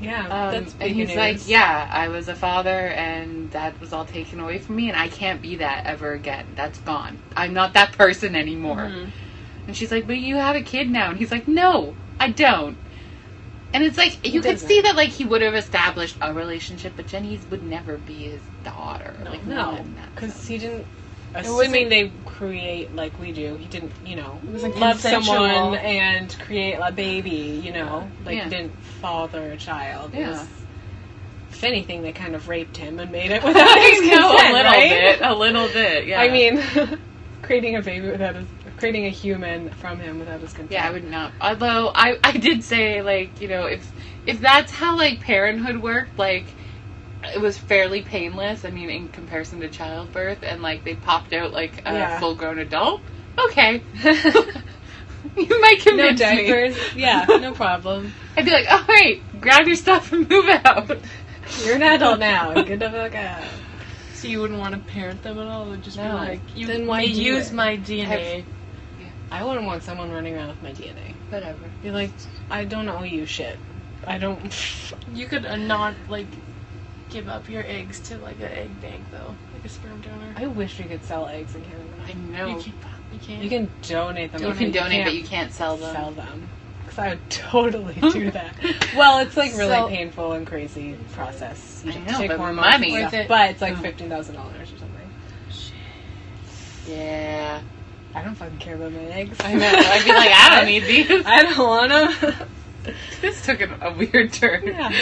yeah, that's big
and he's
news.
like, "Yeah, I was a father and that was all taken away from me and I can't be that ever again. That's gone. I'm not that person anymore." And she's like, "But you have a kid now." And he's like, "No, I don't." And it's like you could
doesn't.
see that like he would have established a relationship, but Jenny's would never be his daughter. like not
no,
in that
because
sense.
he didn't.
wasn't-
Assuming they create like we do, he didn't. You know,
wasn't
love
consensual.
someone and create a baby. You know, like
Yeah.
he didn't father a child. It
Yeah.
was- if anything, they kind of raped him and made it without his
I
consent.
know, a little
right?
bit, a little bit. Yeah,
I mean, creating a baby without his, creating a human from him without his consent.
Yeah, I would not. Although I, I did say like you know if if that's how like parenthood worked, like it was fairly painless. I mean, in comparison to childbirth, and like they popped out like a
Yeah.
full grown adult. Okay, you might
no
convince me.
diapers. Yeah, no problem.
I'd be like, all right, grab your stuff and move out.
You're an adult now. Get the fuck out.
So you wouldn't want to parent them at all? It would just be
No.
like, you,
Then why
they
do
use
it?
my DNA.
I wouldn't want someone running around with my DNA.
Whatever.
Be like, I don't owe you shit. I don't.
You could uh, not, like, give up your eggs to, like, an egg bank, though. Like a sperm donor.
I wish we could sell eggs in Canada.
I know.
You
You
can't. You can't.
You can donate them.
can, donate, but you can't sell them.
sell them. Because I would totally do that. well, it's like really
So-
painful and crazy process. You
I
have
know,
to take
but
hormones and
money.
stuff,
Worth it.
but it's like fifteen thousand dollars or something.
Yeah.
I don't fucking care about my eggs.
I know. I'd be like, I don't need these.
I don't want them.
This took an, a weird turn.
Yeah.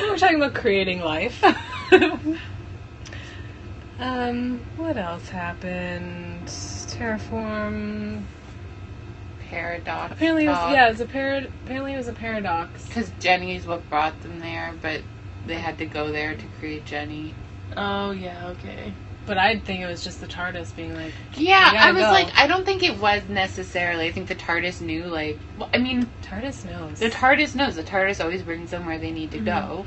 We're talking about creating life. um, what else happened? Terraform.
Paradox.
Apparently, it was,
talk.
yeah, it was a parad- Apparently, it was a paradox.
Because Jenny's what brought them there, but they had to go there to create Jenny.
Oh, yeah, okay.
But I'd think it was just the TARDIS being like,
Yeah,
You gotta
I was
go.
like, I don't think it was necessarily. I think the TARDIS knew, like, well, I mean,
TARDIS knows.
the TARDIS knows. The TARDIS always brings them where they need to go.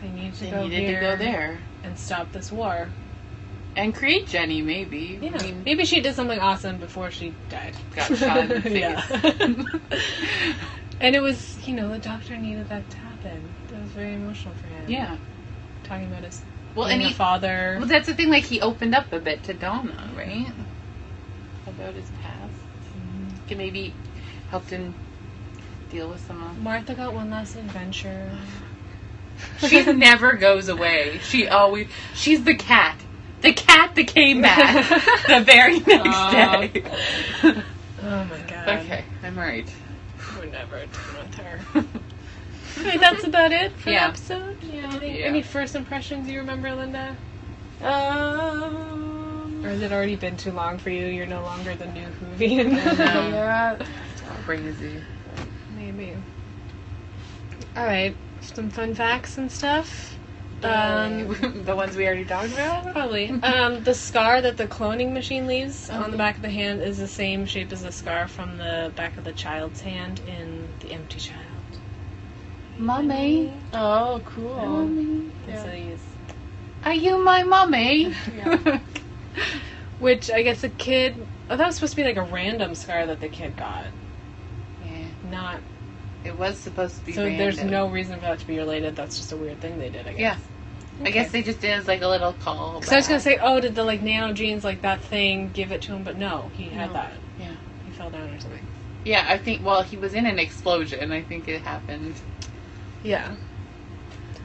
they need to
Mm-hmm. They
go
needed
here
to go there
and stop this war.
and create Jenny, maybe.
Yeah,
I mean,
maybe she did something awesome before she died.
Got shot in the face.
Yeah. and it was, you know, the doctor needed that to happen. That was very emotional for him.
yeah.
talking about his
Well,
being
and
a
he,
father.
well, that's the thing. Like, he opened up a bit to Donna, right? About his past. Could Maybe helped him deal with some of
Martha got one last adventure.
She never goes away. She always. She's the cat. The cat that came back the very next
Aw.
day.
Oh my god.
Okay, I'm alright.
We're never done with her. okay, that's about it for the
Yeah.
episode. Yeah. Any,
Yeah.
any first impressions you remember, Linda?
Um.
Or has it already been too long for you? You're no longer the new Hoovian?
No.
Yeah.
Crazy.
Maybe. Alright, some fun facts and stuff. Um,
the ones we already talked about.
Probably. Um, the scar that the cloning machine leaves on the back of the hand is the same shape as the scar from the back of the child's hand in The Empty Child.
Mummy,
Oh, cool.
mummy,
And so they use-
are you my mummy?
Yeah.
Which I guess the kid. Oh, that was supposed to be like a random scar that the kid got.
yeah.
Not.
It was supposed to be.
so
random.
there's no reason for that to be related. That's just a weird thing they did, I guess.
Yeah. I
Okay.
guess they just did it as like a little call.
So I was gonna
back.
say, oh, did the like nano genes like that thing give it to him? But no, he had
No.
that.
Yeah.
He fell down or something.
Yeah, I think. Well, he was in an explosion. I think it happened.
Yeah.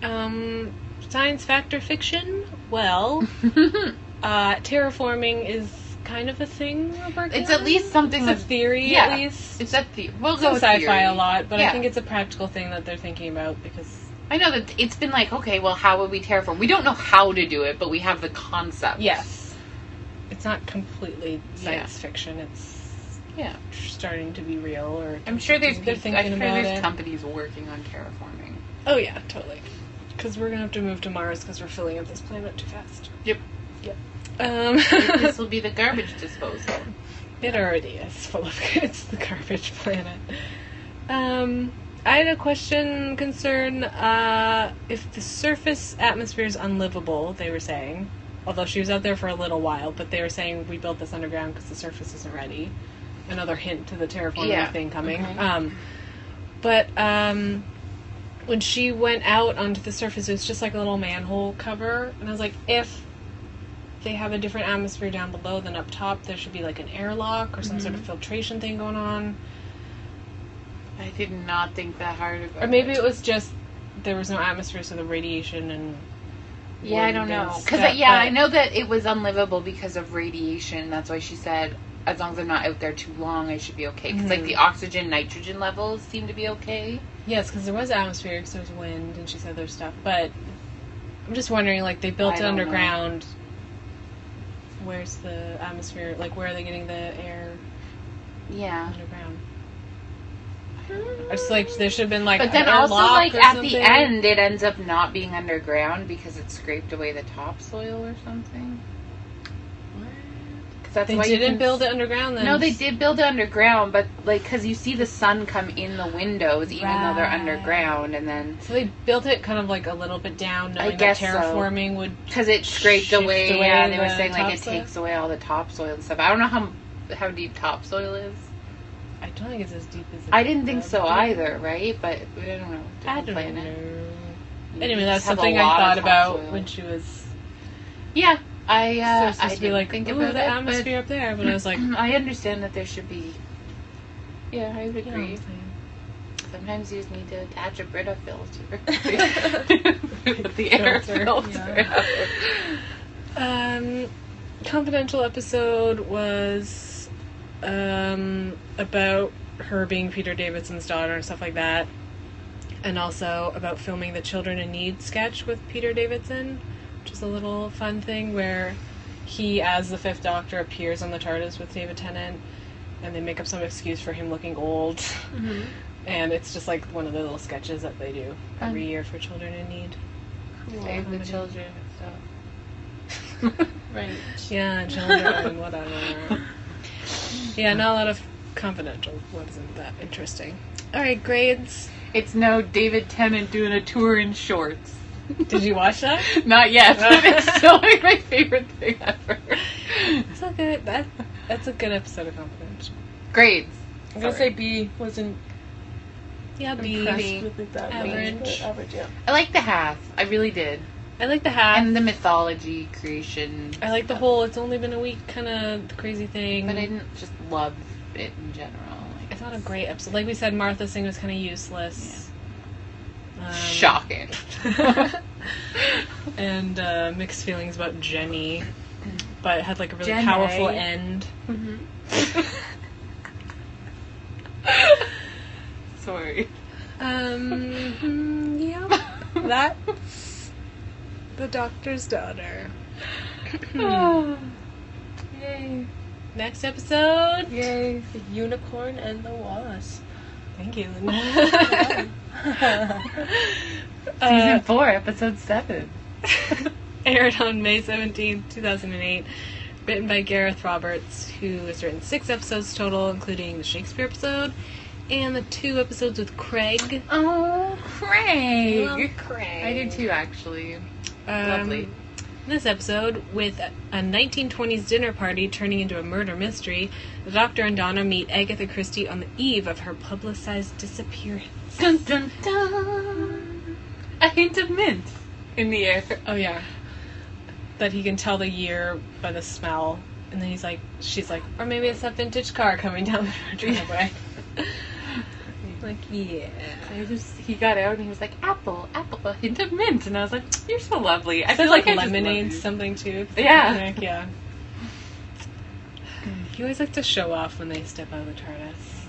Um, science fact or fiction? Well, uh, terraforming is kind of a thing. Robert
it's
Gillen?
at least something
it's a
with
theory
yeah.
at least.
It's a the we'll
It's
go
in
with
sci-fi a
theory.
lot, but
Yeah.
I think it's a practical thing that they're thinking about because
I know that it's been like, okay, well, how would we terraform? We don't know how to do it, but we have the concept.
yes, it's not completely
Yeah.
science fiction. It's
yeah.
starting to be real, or
I'm sure there's
they're
people, I'm
thinking
sure
about
there's
it.
companies working on terraforming.
oh yeah, totally. Because we're gonna have to move to Mars because we're filling up this planet too fast.
Yep.
Um,
this will be the garbage disposal.
It already is full of it's the garbage planet. Um, I had a question concern uh, if the surface atmosphere is unlivable. They were saying, although she was out there for a little while, but they were saying we built this underground because the surface isn't ready. Another hint to the terraforming
Yeah.
thing coming. Um, but um, when she went out onto the surface, it was just like a little manhole cover, and I was like, if they have a different atmosphere down below than up top. There should be like an airlock or some sort of
Mm-hmm.
filtration thing going on.
I did not think that hard about
Or maybe it was just there was no atmosphere, so the radiation and
Yeah, I don't
wind and
know.
stuff,
Because, yeah, I
but-
know that it was unlivable because of radiation. That's why she said, as long as I'm not out there too long, I should be okay. Because, like,
Mhm.
the oxygen nitrogen levels seem to be okay.
Yes, because there was atmosphere, because there was wind and she said there's stuff. But I'm just wondering, like they built
I
it
don't know.
underground. Where's the atmosphere? Like where are they getting the air
Yeah.
underground? I just like there should have been like.
But then
an
also,
airlock
like,
or
at the
something.
end, it ends up not being underground because it scraped away the topsoil or something. Because that's
they
why you
didn't
can-
build it underground. Then
No, they did build it underground, but like because you see the sun come in the windows, even though they're
Right.
underground, and then
So they built it kind of like a little bit down, knowing
guess so.
that terraforming would.
because it scraped
Shift
away,
away
yeah, they were
the
saying like it
topsoil?
takes away all the topsoil and stuff. I don't know how how deep topsoil is.
I don't think it's as deep as. It
I didn't think so
was.
either, right? But I don't know.
I
different
don't
planet.
know.
You
Anyway,
just
that's
have a
something I
lot of
thought about
topsoil.
when she was.
yeah, I
so
uh,
it's supposed
I
to be
didn't
like,
think
"Ooh,
about
the
it, but-
atmosphere up there, but I was like, you know
Mm-hmm. I understand that there should be. Yeah, I would
what
agree.
I'm saying.
Sometimes you just need to attach a Brita filter. the air
Filter,
filter.
Um, confidential episode was um, about her being Peter Davidson's daughter and stuff like that, and also about filming the Children in Need sketch with Peter Davidson, which is a little fun thing where he, as the Fifth Doctor, appears on the TARDIS with David Tennant, and they make up some excuse for him looking old. And it's just like one of the little sketches that they do every year for children in need.
Save the children and stuff.
Right.
Yeah, children, whatever. Yeah, not a lot of confidential wasn't that interesting. All right, grades.
It's no David Tennant doing a tour in shorts.
Did you watch that?
Not yet, but it's still like my favorite thing ever.
It's a good. That that's a good episode of Confidential.
Grades.
I'm gonna say B wasn't
Yeah, B.
impressed
B.
with it that
Average.
much, but average, yeah.
I like the half. I really did.
I like the half.
And the mythology creation.
I like the whole. It's only been a week, kind of crazy thing.
But I didn't just love it in general. Like,
It's not a great episode. Like we said, Martha Singh was kind of useless. Um,
shocking.
and uh, mixed feelings about Jenny, but it had like a really
Jenny.
powerful end.
Sorry.
Um, mm, yeah, that the doctor's daughter.
Yay.
Next episode.
Yay. The unicorn and the wasp.
Thank you. Lynn.
Season
uh,
four, episode seven.
aired on May seventeenth, two 2008. Written by Gareth Roberts, who has written six episodes total, including the Shakespeare episode and the two episodes with Craig.
Oh, Craig!
Craig.
I do too, actually.
Um,
Lovely.
This episode, with a a 1920s dinner party turning into a murder mystery, the Doctor and Donna meet Agatha Christie on the eve of her publicized disappearance.
Dun dun dun! A hint of mint in the air.
Oh yeah, that he can tell the year by the smell, and then he's like, she's like, or maybe it's that vintage car coming down the driveway. like yeah,
I just, he got out and he was like, apple, apple, a hint of mint. And I was like, you're so lovely. I feel like I just love
lemonade
you.
something too.
Yeah.
Like, yeah. He always likes to show off when they step out of the TARDIS.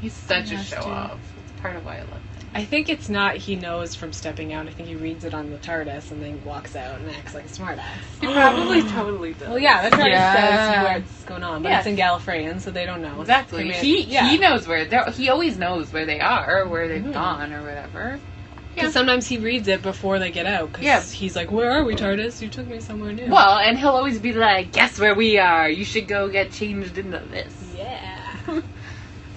He's such a
Nasty.
show off. It's part of why I love him.
I think it's not he knows from stepping out. I think he reads it on the TARDIS and then walks out and acts like a smartass.
He probably totally does.
Well, yeah, the TARDIS
Yeah.
says where it's going on, but
Yeah.
it's in Gallifreyan, so they don't know.
Exactly.
It's-
He
yeah.
he knows where they're, he always knows where they are or where they've
Mhm.
gone or whatever.
Because
Yeah.
sometimes he reads it before they get out. Because
Yeah.
he's like, "Where are we, TARDIS? You took me somewhere new."
Well, and he'll always be like, guess where we are? You should go get changed into this.
Yeah.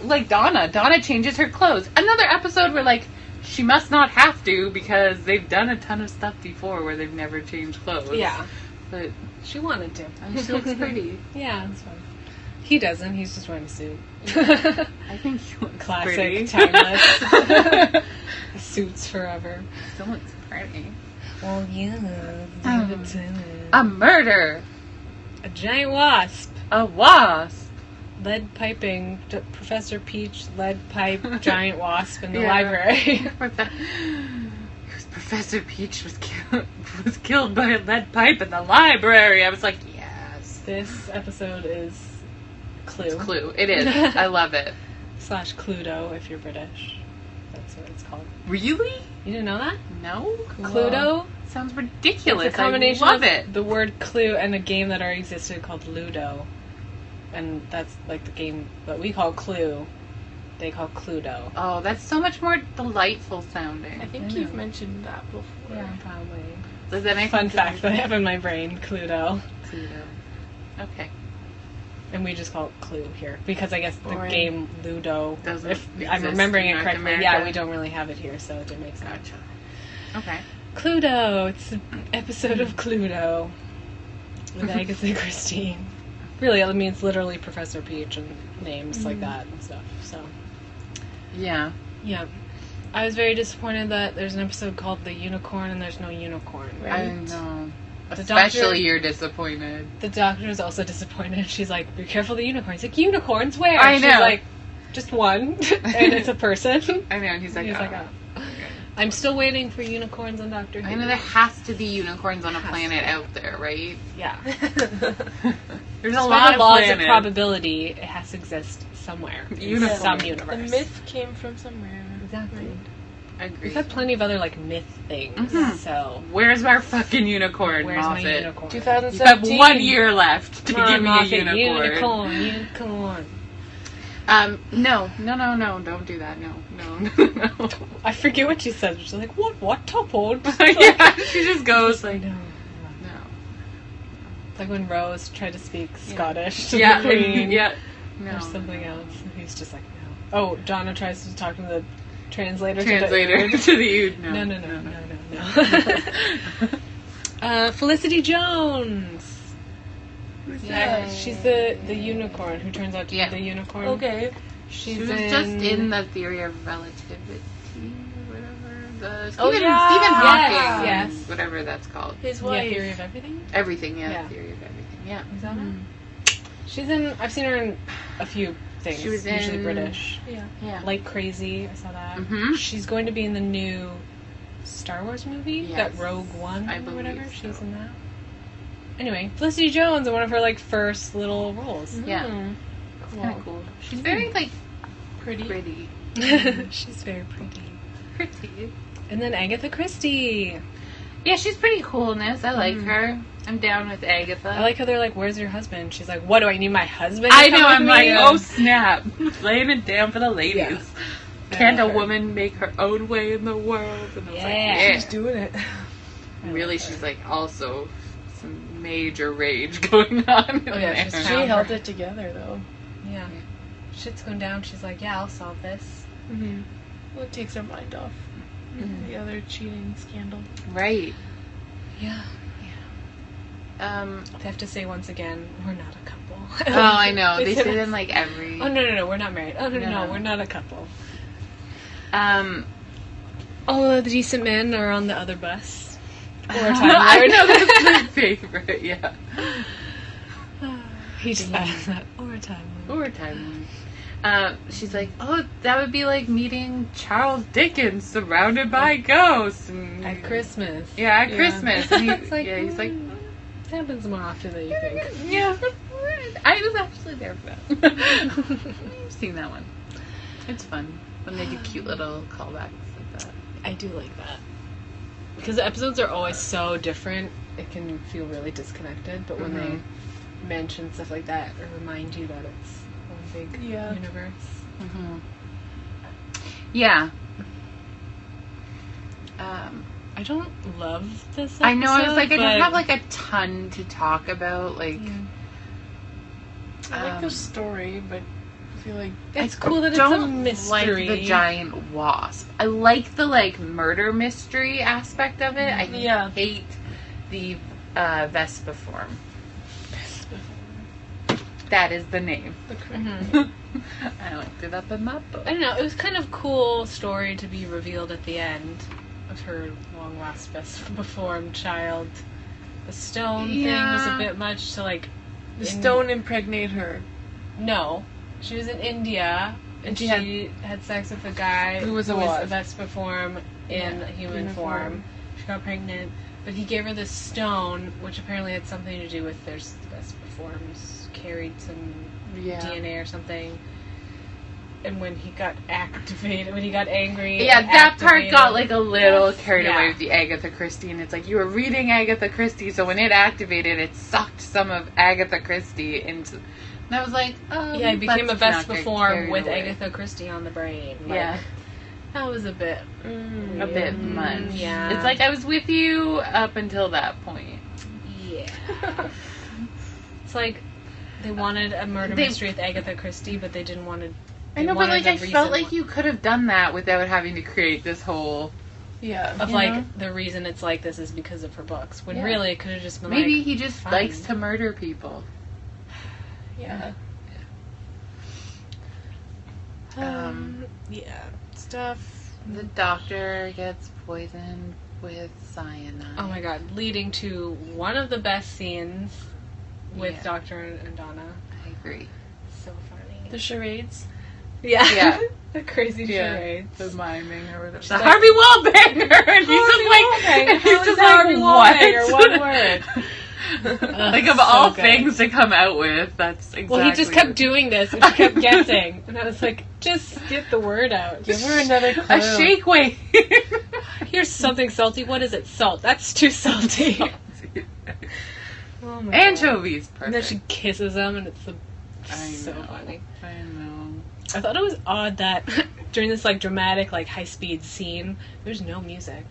Like Donna. Donna changes her clothes. Another episode where, like, she must not have to because they've done a ton of stuff before where they've never changed clothes.
Yeah.
But
She wanted to.
I mean, she looks pretty.
Yeah, that's fine. He doesn't. He's just wearing a suit.
I think she looks
Classic,
pretty.
timeless. Suits forever.
Still looks pretty.
Well, yeah.
Um, A murder.
a giant wasp.
A wasp.
Lead piping. D- Professor Peach, lead pipe, giant wasp in the
Yeah.
library.
Because Professor Peach was killed, was killed by a lead pipe in the library. I was like, yes.
this episode is Clue.
Clue. It is. I love it.
Slash Cluedo if you're British. That's what it's called.
Really?
You didn't know that?
No.
Cluedo?
Sounds ridiculous.
It's a combination
I love
of
it.
the word clue and a game that already existed called Ludo. And that's like the game that we call Clue. They call Cluedo.
Oh, that's so much more delightful sounding.
I think you've mentioned that before.
probably.
Does that make
Fun
sense?
fact that I have in my brain, Cluedo.
Cluedo. Okay.
And we just call it Clue here. Because I guess the
Boring.
game Ludo,
Doesn't
if I'm
exist
remembering
in
it
North
correctly, yeah,
America.
we don't really have it here, so it didn't make sense.
Gotcha. Okay.
Cluedo. It's an episode of Cluedo with
Mm-hmm.
Agatha Christie. Really, I mean, it's literally Professor Peach and names
Mm-hmm.
like that and stuff. So,
Yeah.
yeah. I was very disappointed that there's an episode called The Unicorn and there's no unicorn.
I
Right.
know.
The
Especially
doctor-
you're disappointed.
The doctor is also disappointed. She's like, be careful of the unicorns. Like, unicorns where?
I
She's
know.
like, just one, and it's a person.
I know, and he's like,
He's
oh.
like, "Oh." I'm still waiting for unicorns on Doctor Who.
I know there has to be unicorns on a
Has
planet out there, right?
Yeah.
There's
By
a lot
the
of
laws
planets.
of probability, it has to exist somewhere.
Uniform.
In some
The
universe.
myth came from somewhere.
Exactly. We've
Agreed.
had plenty of other like myth things,
Mhm.
so
Where's our fucking unicorn,
where's my
Moffat?
unicorn?
You have
2017.
one year left to
Come on,
give me
Moffat,
a unicorn.
unicorn, unicorn.
Um, no, no, no, no, don't do that. No, no, no.
I forget what she said. She's like, what, what, toppled?
yeah, she just goes
I
like,
know.
no.
It's like when Rose tried to speak Scottish to
Yeah,
the Queen
yeah. No.
or something else. And he's just like, no. Oh, Donna tries to talk to the translator. to the
Translator
Ood.
to the Ood.
No, no, no, no, no, no. uh, Felicity Jones. Yeah, she's the the unicorn who turns out to
Yeah.
be the unicorn.
Okay.
she's
She was
in,
just in the theory of relativity, whatever. The Stephen,
Oh, yeah.
Stephen Hawking.
Yes, yes.
Whatever that's called.
His
yeah,
wife.
Theory of Everything.
Everything, yeah.
Yeah.
Theory of everything, yeah.
Is that it? Hmm. She's in. I've seen her in a few things.
She was
usually
in-
British.
yeah.
Yeah.
Like Crazy. I saw that.
Mhm.
She's going to be in the new Star Wars movie.
Yes.
That Rogue One
I
or
believe
whatever.
so.
She's in that. Anyway, Felicity Jones in one of her like first little roles.
Yeah.
Mm.
It's kinda cool. She's very like
Mm-hmm. Pretty.
pretty. Mm-hmm.
she's very pretty.
Pretty.
And then Agatha Christie.
Yeah, she's pretty cool in this. I like her. I'm down with Agatha.
Mm. I like how they're like, "Where's your husband?" She's like, "What do I need my husband?" to
I
come
know.
with
I'm
me?"
like,
And-
oh snap, laying it down for the ladies.
Yeah.
Can
I
a
love her.
woman make her own way in the world? And I was
Yeah.
like, yeah.
doing it.
Really, she's like also some major rage going on. in
Oh, yeah,
there.
she's
She
Found
held it together though.
Yeah. Shit's going down. She's like, "Yeah, I'll solve this."
Mm-hmm. Well, it takes her mind off the other cheating scandal.
right.
Yeah.
Um,
They have to say once again, "We're not a couple."
oh, I know. They say
that-
them like every.
Oh no no no, we're not married. Oh no no,
No.
no, we're not a couple.
Um,
All of the decent men are on the other bus. Or Time
I
Lord.
know that's my favorite. Yeah.
he just added that. Or a Time Lord.
Over time. Uh, she's like, oh, that would be like meeting Charles Dickens surrounded by ghosts. And
At Christmas.
Yeah, at
Yeah.
Christmas. And he,
It's like, "Mm,
yeah, he's like,
It happens more often than you think.
yeah. I was actually there for that. I've seen that one. It's fun when they do cute little callbacks like that.
I do like that. Because the episodes are always so different, it can feel really disconnected, but when
Mhm.
they mention stuff like that, it remind you that it's one big
Yeah.
Mm-hmm. universe.
Yeah. Um,
I don't love this. Episode,
I know. I was like, I
but
don't have like a ton to talk about. Like,
Mm.
I like the
Um,
story, but I feel like
It's
I
cool that it's a
don't
mystery.
Like the giant wasp. I like the like murder mystery aspect of it. I
Yeah.
hate the uh, Vespa form. That is the name.
the correct.
Mhm.
I looked it up in my book.
I don't know. It was kind of cool story to be revealed at the end of her long lost best performed child. The stone thing was
Yeah.
a bit much to like.
The
in-
stone impregnate her.
No, she was in India and she,
she had-
had, sex with a guy
Who was a
the
wasp.
best perform in
Yeah,
human
human
form.
form.
She got pregnant, but he gave her this stone, which apparently had something to do with their s- best performs carried some
Yeah.
DNA or something. And when he got activated, when he got angry,
Yeah,
and
that part got
activated-
like a little carried
Yeah.
away with the Agatha Christie, and it's like you were reading Agatha Christie, so when it activated, it sucked some of Agatha Christie into. And I was like, oh,
yeah, he became a
let's
best
not get
perform
carried
with
away.
Agatha Christie on the brain. Like,
Yeah,
that was a bit mm,
a bit much.
Yeah,
it's like I was with you up until that point.
Yeah. it's like they wanted a murder
They-
mystery with Agatha Christie, but they didn't want to.
I
They
know, but
wanted
like
a
I
reason
felt like you could have done that without having to create this whole.
Yeah.
Of
you
like
know?
the reason it's like this is because of her books. When
Yeah.
really it could have just been
Maybe
like
he just
fine.
likes to murder people.
Yeah.
Um,
yeah stuff.
The doctor gets poisoned with cyanide.
Oh my god, leading to one of the best scenes with
Yeah.
Doctor and Donna.
I agree.
So funny.
The charades.
yeah.
Yeah.
the crazy
Yeah.
charades.
The miming or whatever. The
like-
Harvey Wallbanger! And
Harvey Wallbanger. How
he's just like, he's
is
just
that
like,
Harvey Wallbanger?
what?
One word.
like, of
so
all
good.
things to come out with, that's exactly.
Well, he just kept doing this and she kept guessing. And I was like, just get the word out.
Give her another clue.
A shake weight.
Here's something salty. What is it? Salt. That's too salty. oh my
Anchovies, perfect.
And then she kisses him, and it's the,
I
so
know.
funny.
I know.
I thought it was odd that during this like dramatic, like high speed scene, there's no music,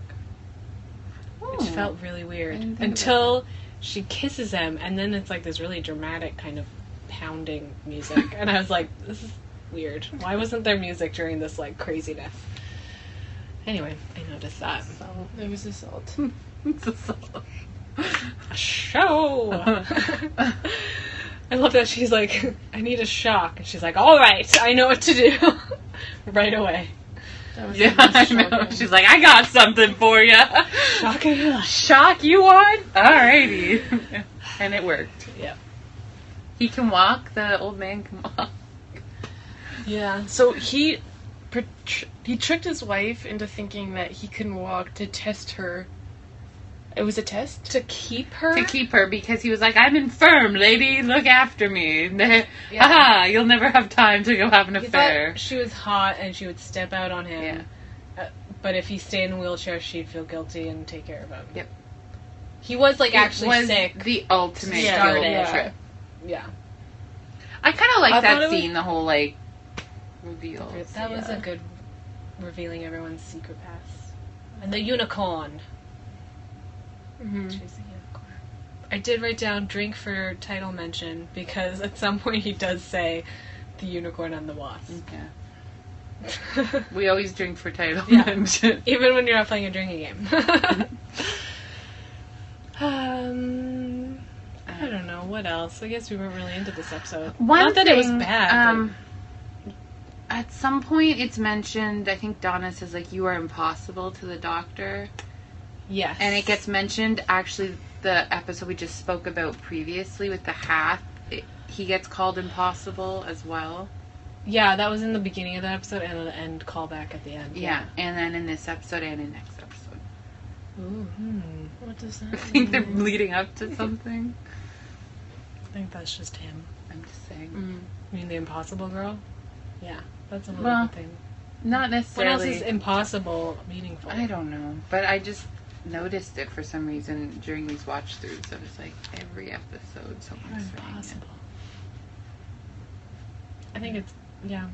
which felt really
Oh, I
weird
didn't think about
until she kisses him, and then it's like this really dramatic kind of pounding music, and I was like, this is weird. Why wasn't there music during this like craziness? Anyway, I noticed that.
Salt. Oh, There was assault.
It's a salt.
A show. I love that she's like, I need a shock. And she's like, all right, I know what to do. right away.
That was
yeah, I know. She's like, I got something for you.
Shock and rush.
Shock you on? Alrighty. and it worked.
Yep.
He can walk, the old man can walk.
Yeah. So he per- tr- he tricked his wife into thinking that he couldn't walk to test her. It was a test.
To keep her?
to keep her because he was like, I'm infirm, lady, look after me. Haha, you'll never have time to go have an
He
affair.
thought she was hot and she would step out on him.
Yeah.
Uh, but if he stayed in a wheelchair, she'd feel guilty and take care of him.
Yep.
He was like
It
actually
was
sick.
The ultimate
Started.
guilt
Yeah.
trip.
yeah.
I kind of
I
like
thought it
that
was-
scene, the whole like reveal.
That was a good revealing everyone's secret past. And the unicorn.
Mm-hmm.
She's a unicorn. I did write down drink for title mention because at some point he does say the unicorn and the wasp.
Yeah. We always drink for title.
Yeah.
mention.
Even when you're not playing a drinking game. um, I don't know what else. I guess we weren't really into this episode.
One
not that it was
thing,
bad.
Um, at some point, it's mentioned. I think Donna says like, "You are impossible" to the doctor.
but yes,
And it gets mentioned actually the episode we just spoke about previously with the half. It, he gets called impossible as well.
yeah, that was in the beginning of the episode and the end callback at the end.
Yeah. And then in this episode and in next episode.
Ooh, hmm.
What does
I
that?
think they're
Mm-hmm.
leading up to something.
I think that's just him.
I'm just saying.
Mm-hmm.
Mm.
I mean, the Impossible Girl. Yeah, that's another
Well,
good thing.
Not
What
necessarily.
else is impossible meaningful?
I don't know. But I just noticed it for some reason during these watch throughs. I was like, every episode someone's saying
Impossible. I think it's yeah.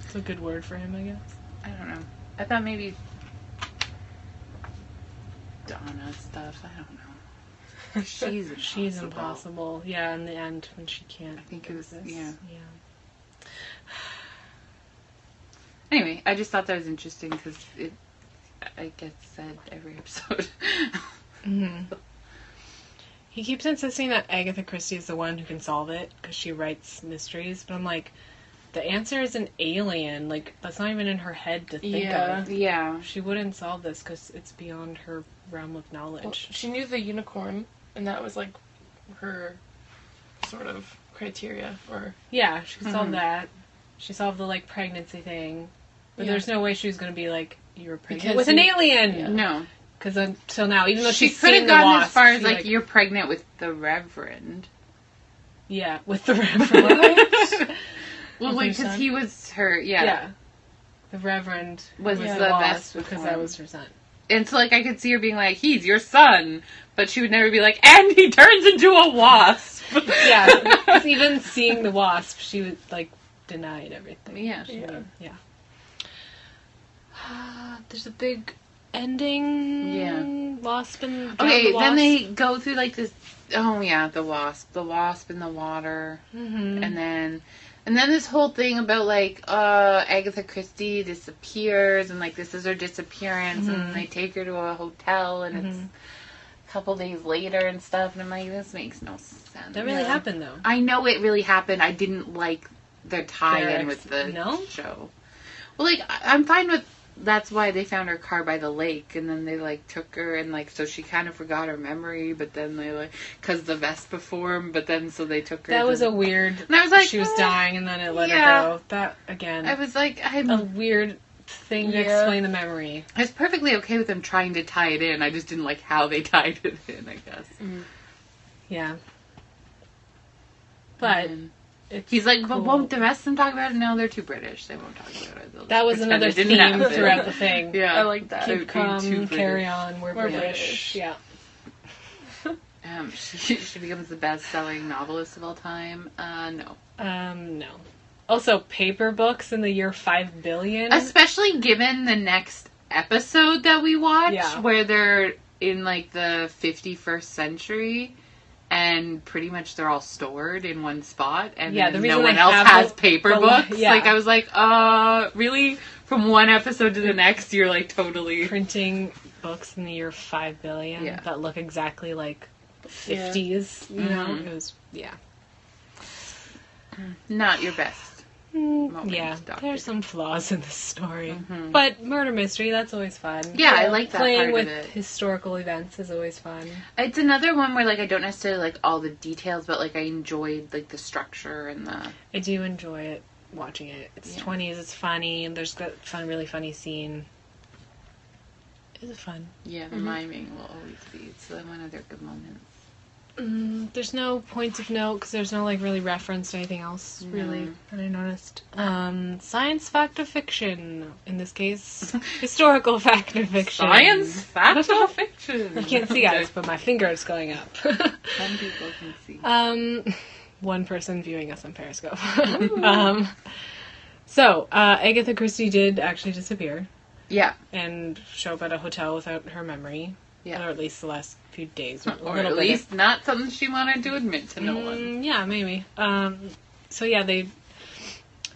It's a good word for him, I guess.
it. I don't know. I thought maybe Madonna stuff. I don't know. She's impossible.
She's impossible. Yeah, in the end when she can't.
I think it was
exist.
yeah.
Yeah.
Anyway, I just thought that was interesting because it, I guess, said every episode.
He keeps insisting that Agatha Christie is the one who can solve it because she writes mysteries, but I'm like, the answer is an alien. Like that's not even in her head to think
Yeah.
of.
yeah.
She wouldn't solve this because it's beyond her realm of
Well,
knowledge.
she knew the unicorn, and that was like her sort of criteria for.
Yeah, she solved that. She solved the like pregnancy thing, but
Yeah.
there's no way she was gonna be like you were pregnant
Because
with an
he-
alien.
No,
Because until now, even though
she
she's
could
seen
have
the
gotten as
wasp,
far as
she,
like, you're pregnant with the Reverend.
yeah with the reverend.
Well,
With
like,
her
because
son?
he was her, yeah.
yeah. the reverend
Was
was
the
the wasp
best with
because
one.
that was her son.
And so, like, I could see her being like, he's your son. But she would never be like, and he turns into a wasp.
yeah, 'cause even seeing the wasp, she was like denied everything.
yeah.
Yeah.
Yeah. Ah, There's a big ending.
Yeah.
Wasp and John
Okay,
the
then they go through, like, this. Oh, yeah, the wasp. The wasp in the water.
hmm
and then and then this whole thing about like uh agatha christie disappears and like this is her disappearance
Hmm.
and they take her to a hotel and it's a couple days later and stuff and i'm like this makes no sense
That really
Yeah.
happened though.
i know it really happened i didn't like their tie-in
Their
with
ex-
the
no?
show well like I- i'm fine with that's why they found her car by the lake and then they like took her and like so she kind of forgot her memory but then they like because the vespa form but then so they took her
That
to
was
the-
a weird.
and I was like,
she was
"Eh."
dying, and then it let
yeah.
her go. That again,
I was like,
a
I'm,
weird thing to
Yeah.
explain the memory.
I was perfectly okay with them trying to tie it in. I just didn't like how they tied it in. I guess.
Yeah. But
And
it's
he's like, but
cool.
won't the rest of them talk about it? No, they're too British. They won't talk about it. They'll
That
just
was
pretend
another
it didn't
theme
happen."
throughout the thing.
Yeah,
I like that.
It would
Keep
be
calm,
too
carry
British.
on. We're,
We're
British.
British.
Yeah.
Um, she, she becomes the best-selling novelist of all time. Uh, no,
Um, no. Also, paper books in the year five billion.
especially given the next episode that we watch,
Yeah.
where they're in like the fifty-first century. And pretty much they're all stored in one spot, and
Yeah, the
then
reason
no one
they
else
have
has
the-
paper
the li-
books.
yeah.
Like I was like, uh, really? From one episode to the next, you're like totally.
Printing books in the year five billion
Yeah.
that look exactly like fifties. You know,
Mhm.
it was yeah,
Not your best. Moment,
Mm, yeah.
Doctor.
There's some flaws in this story, but murder mystery—that's always fun.
Mm-hmm. Yeah, I like that
Playing
part
with
of it.
historical events is always fun.
It's another one where like I don't necessarily like all the details, but like I enjoyed like the structure and the
I do enjoy it watching it. It's
Yeah.
twenties. It's funny. And there's that fun, really funny scene. It's fun.
yeah the miming will always be. It's uh, one of their good moments.
Mm, there's no points of note because there's no like really reference to anything else really that I noticed. Um, science fact or fiction? In this case, historical fact or fiction?
Science fact or fiction?
I can't see eyes, but my finger is going up.
Some people can see.
um, one person viewing us on Periscope. um, so uh, Agatha Christie did actually disappear
Yeah,
and show up at a hotel without her memory,
yeah.
or at least the last few days, a
Or
little
at
bit
least not something she wanted to admit to no one.
Mm, yeah, maybe. Um, so yeah, they.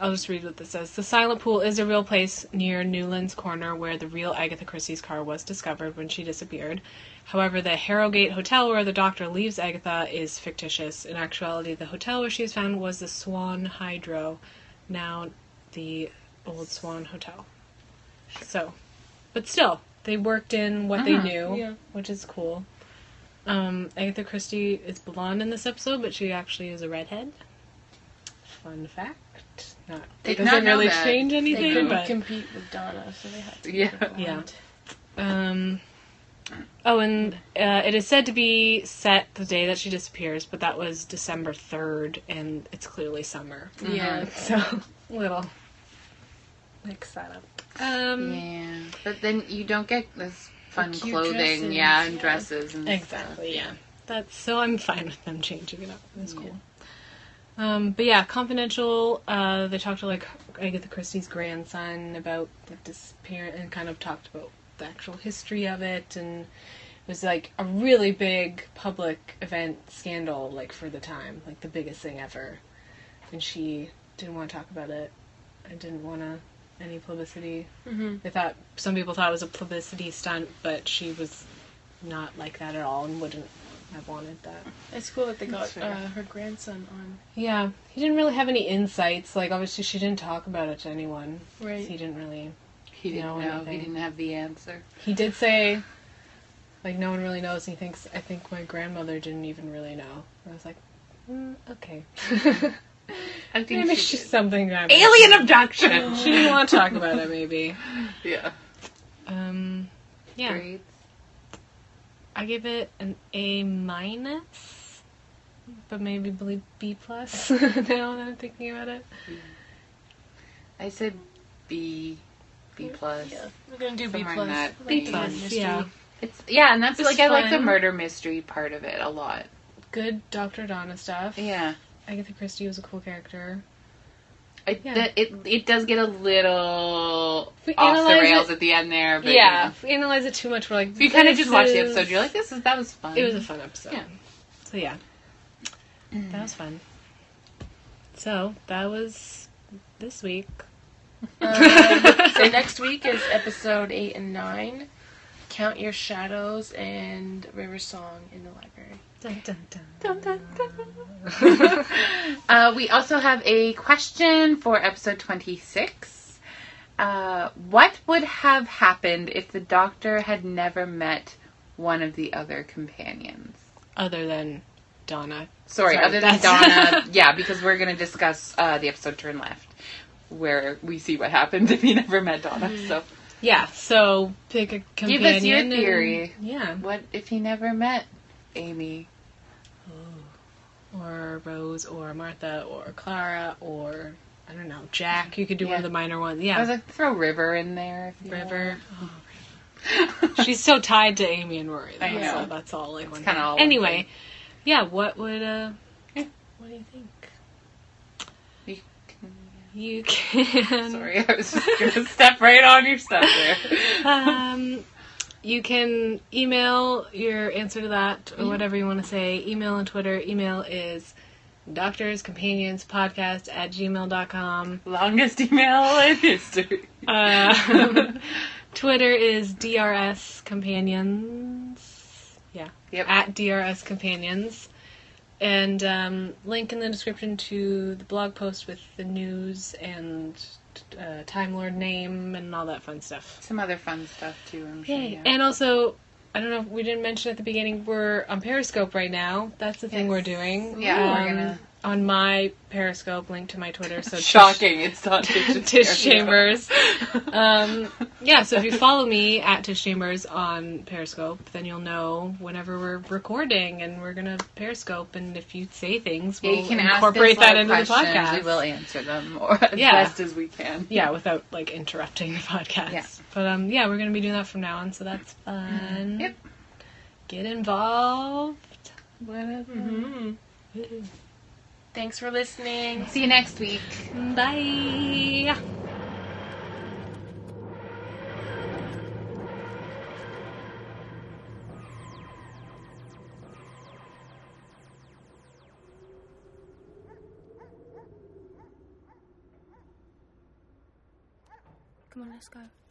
I'll just read what this says. The Silent Pool is a real place near Newlands Corner where the real Agatha Christie's car was discovered when she disappeared. However, the Harrogate Hotel where the doctor leaves Agatha is fictitious. In actuality, the hotel where she was found was the Swan Hydro, now the Old Swan Hotel. So, but still, they worked in what
Mm-hmm.
they knew,
Yeah.
which is cool. Um, Agatha Christie is blonde in this episode, but she actually is a redhead. Fun fact. Not,
They
it
did
doesn't
not know
really
that.
change
They
anything,
couldn't
but
compete with Donna, so they had to.
Yeah.
keep it
Yeah.
blonde.
um, oh, and uh, it is said to be set the day that she disappears, but that was December third, and it's clearly summer.
Yeah.
So little mix that up. Um,
Yeah, Mm-hmm. but then you don't get this fun
cute
clothing,
dresses,
yeah, and
yeah.
dresses and
Exactly. Yeah. That's so I'm fine with them changing it up. It's cool. Um, but yeah, confidential. Uh, they talked to like Agatha Christie's grandson about the disappearance and kind of talked about the actual history of it and was like a really big public event scandal, like for the time, like the biggest thing ever. And she didn't want to talk about it. I didn't want to any publicity.
Mm-hmm.
They thought some people thought it was a publicity stunt, but she was not like that at all and wouldn't have wanted that.
It's cool that they got
fair.
uh, her grandson on.
Yeah, he didn't really have any insights. Like obviously, she didn't talk about it to anyone. 'cause
Right.
He didn't really.
He didn't
No,
know. He
anything.
didn't have the answer.
He did say, like, no one really knows. And he thinks, I think my grandmother didn't even really know. And I was like, mm, okay.
I think
maybe
she
she's
did.
something that
alien abduction.
She didn't want to talk about it, maybe.
yeah.
Um, yeah.
Great.
I give it an A minus, but maybe believe B plus now that I'm thinking about it.
I said B, B plus.
Yeah, we're gonna do
Somewhere
B
in
plus.
that
I like the
range.
mystery.
Yeah.
It's yeah, and that's
It's
like I like the
fun.
murder mystery part of it a lot.
Good Dr. Donna stuff.
Yeah.
Agatha Christie was a cool character.
It,
Yeah.
that- it it does get a little
If we
off the
analyze
rails
it-
at the end there, but
yeah,
yeah.
if we analyze it too much, we're like.
If you kind of
this
just watch the
is-
episode, you're like, this is that was fun.
It was a fun episode.
Yeah.
So yeah, that was fun. So that was this week.
Um, so next week is episode eight and nine. Count your shadows and River Song in the library.
Dun, dun, dun.
uh, we also have a question for episode 26. Uh, what would have happened if the doctor had never met one of the other companions?
Other than Donna,
Sorry,
Sorry,
other than
that's-
Donna. yeah, because we're going to discuss uh, the episode Turn Left, where we see what happened if he never met Donna.
Mm-hmm.
So,
yeah. So pick a
Give
companion.
us your
and-
theory.
yeah,
what if he never met Amy?
or Rose, or Martha, or Clara, or I don't know, Jack. You could do one
Yeah.
of the minor ones.
I was
Yeah,
like, throw River in there. If you
River.
want.
She's so tied to Amy and Rory. Though,
I
So
know.
that's all like one.
kinda
thing.
all one
anyway,
thing.
yeah. What would uh? What do you think?
You
You can.
Sorry, I was just going to step right on your stuff there.
um, you can email your answer to that or whatever you want to say. Email and Twitter. Email is doctorscompanionspodcast at gmail.com.
Longest email in history.
Uh, Twitter is DRS Companions. Yeah.
Yep.
At DRS Companions. And um, link in the description to the blog post with the news and uh, Time Lord name and all that fun stuff.
Some other fun stuff too, I'm sure.
Yay.
yeah.
And also, I don't know if we didn't mention at the beginning, we're on Periscope right now. That's the thing
Yes.
we're doing.
Yeah,
Um,
we're gonna-
On my Periscope, link to my Twitter. So
Shocking, it's not
Tish,
Tish's
Tish
hair.
Chambers. Um, yeah, so if you follow me at Tish Chambers on Periscope, then you'll know whenever we're recording and we're gonna Periscope. And if you say things,
Yeah,
we'll
you can ask us
incorporate that
live
into the
questions.
podcast.
We will answer them or as
Yeah.
best as we can.
Yeah, without like interrupting the podcast.
Yeah.
But um, yeah, we're gonna be doing that from now on, so that's fun.
Yep.
Get involved.
Whatever.
Thanks for listening.
See you next week.
Bye.
Come on, let's go.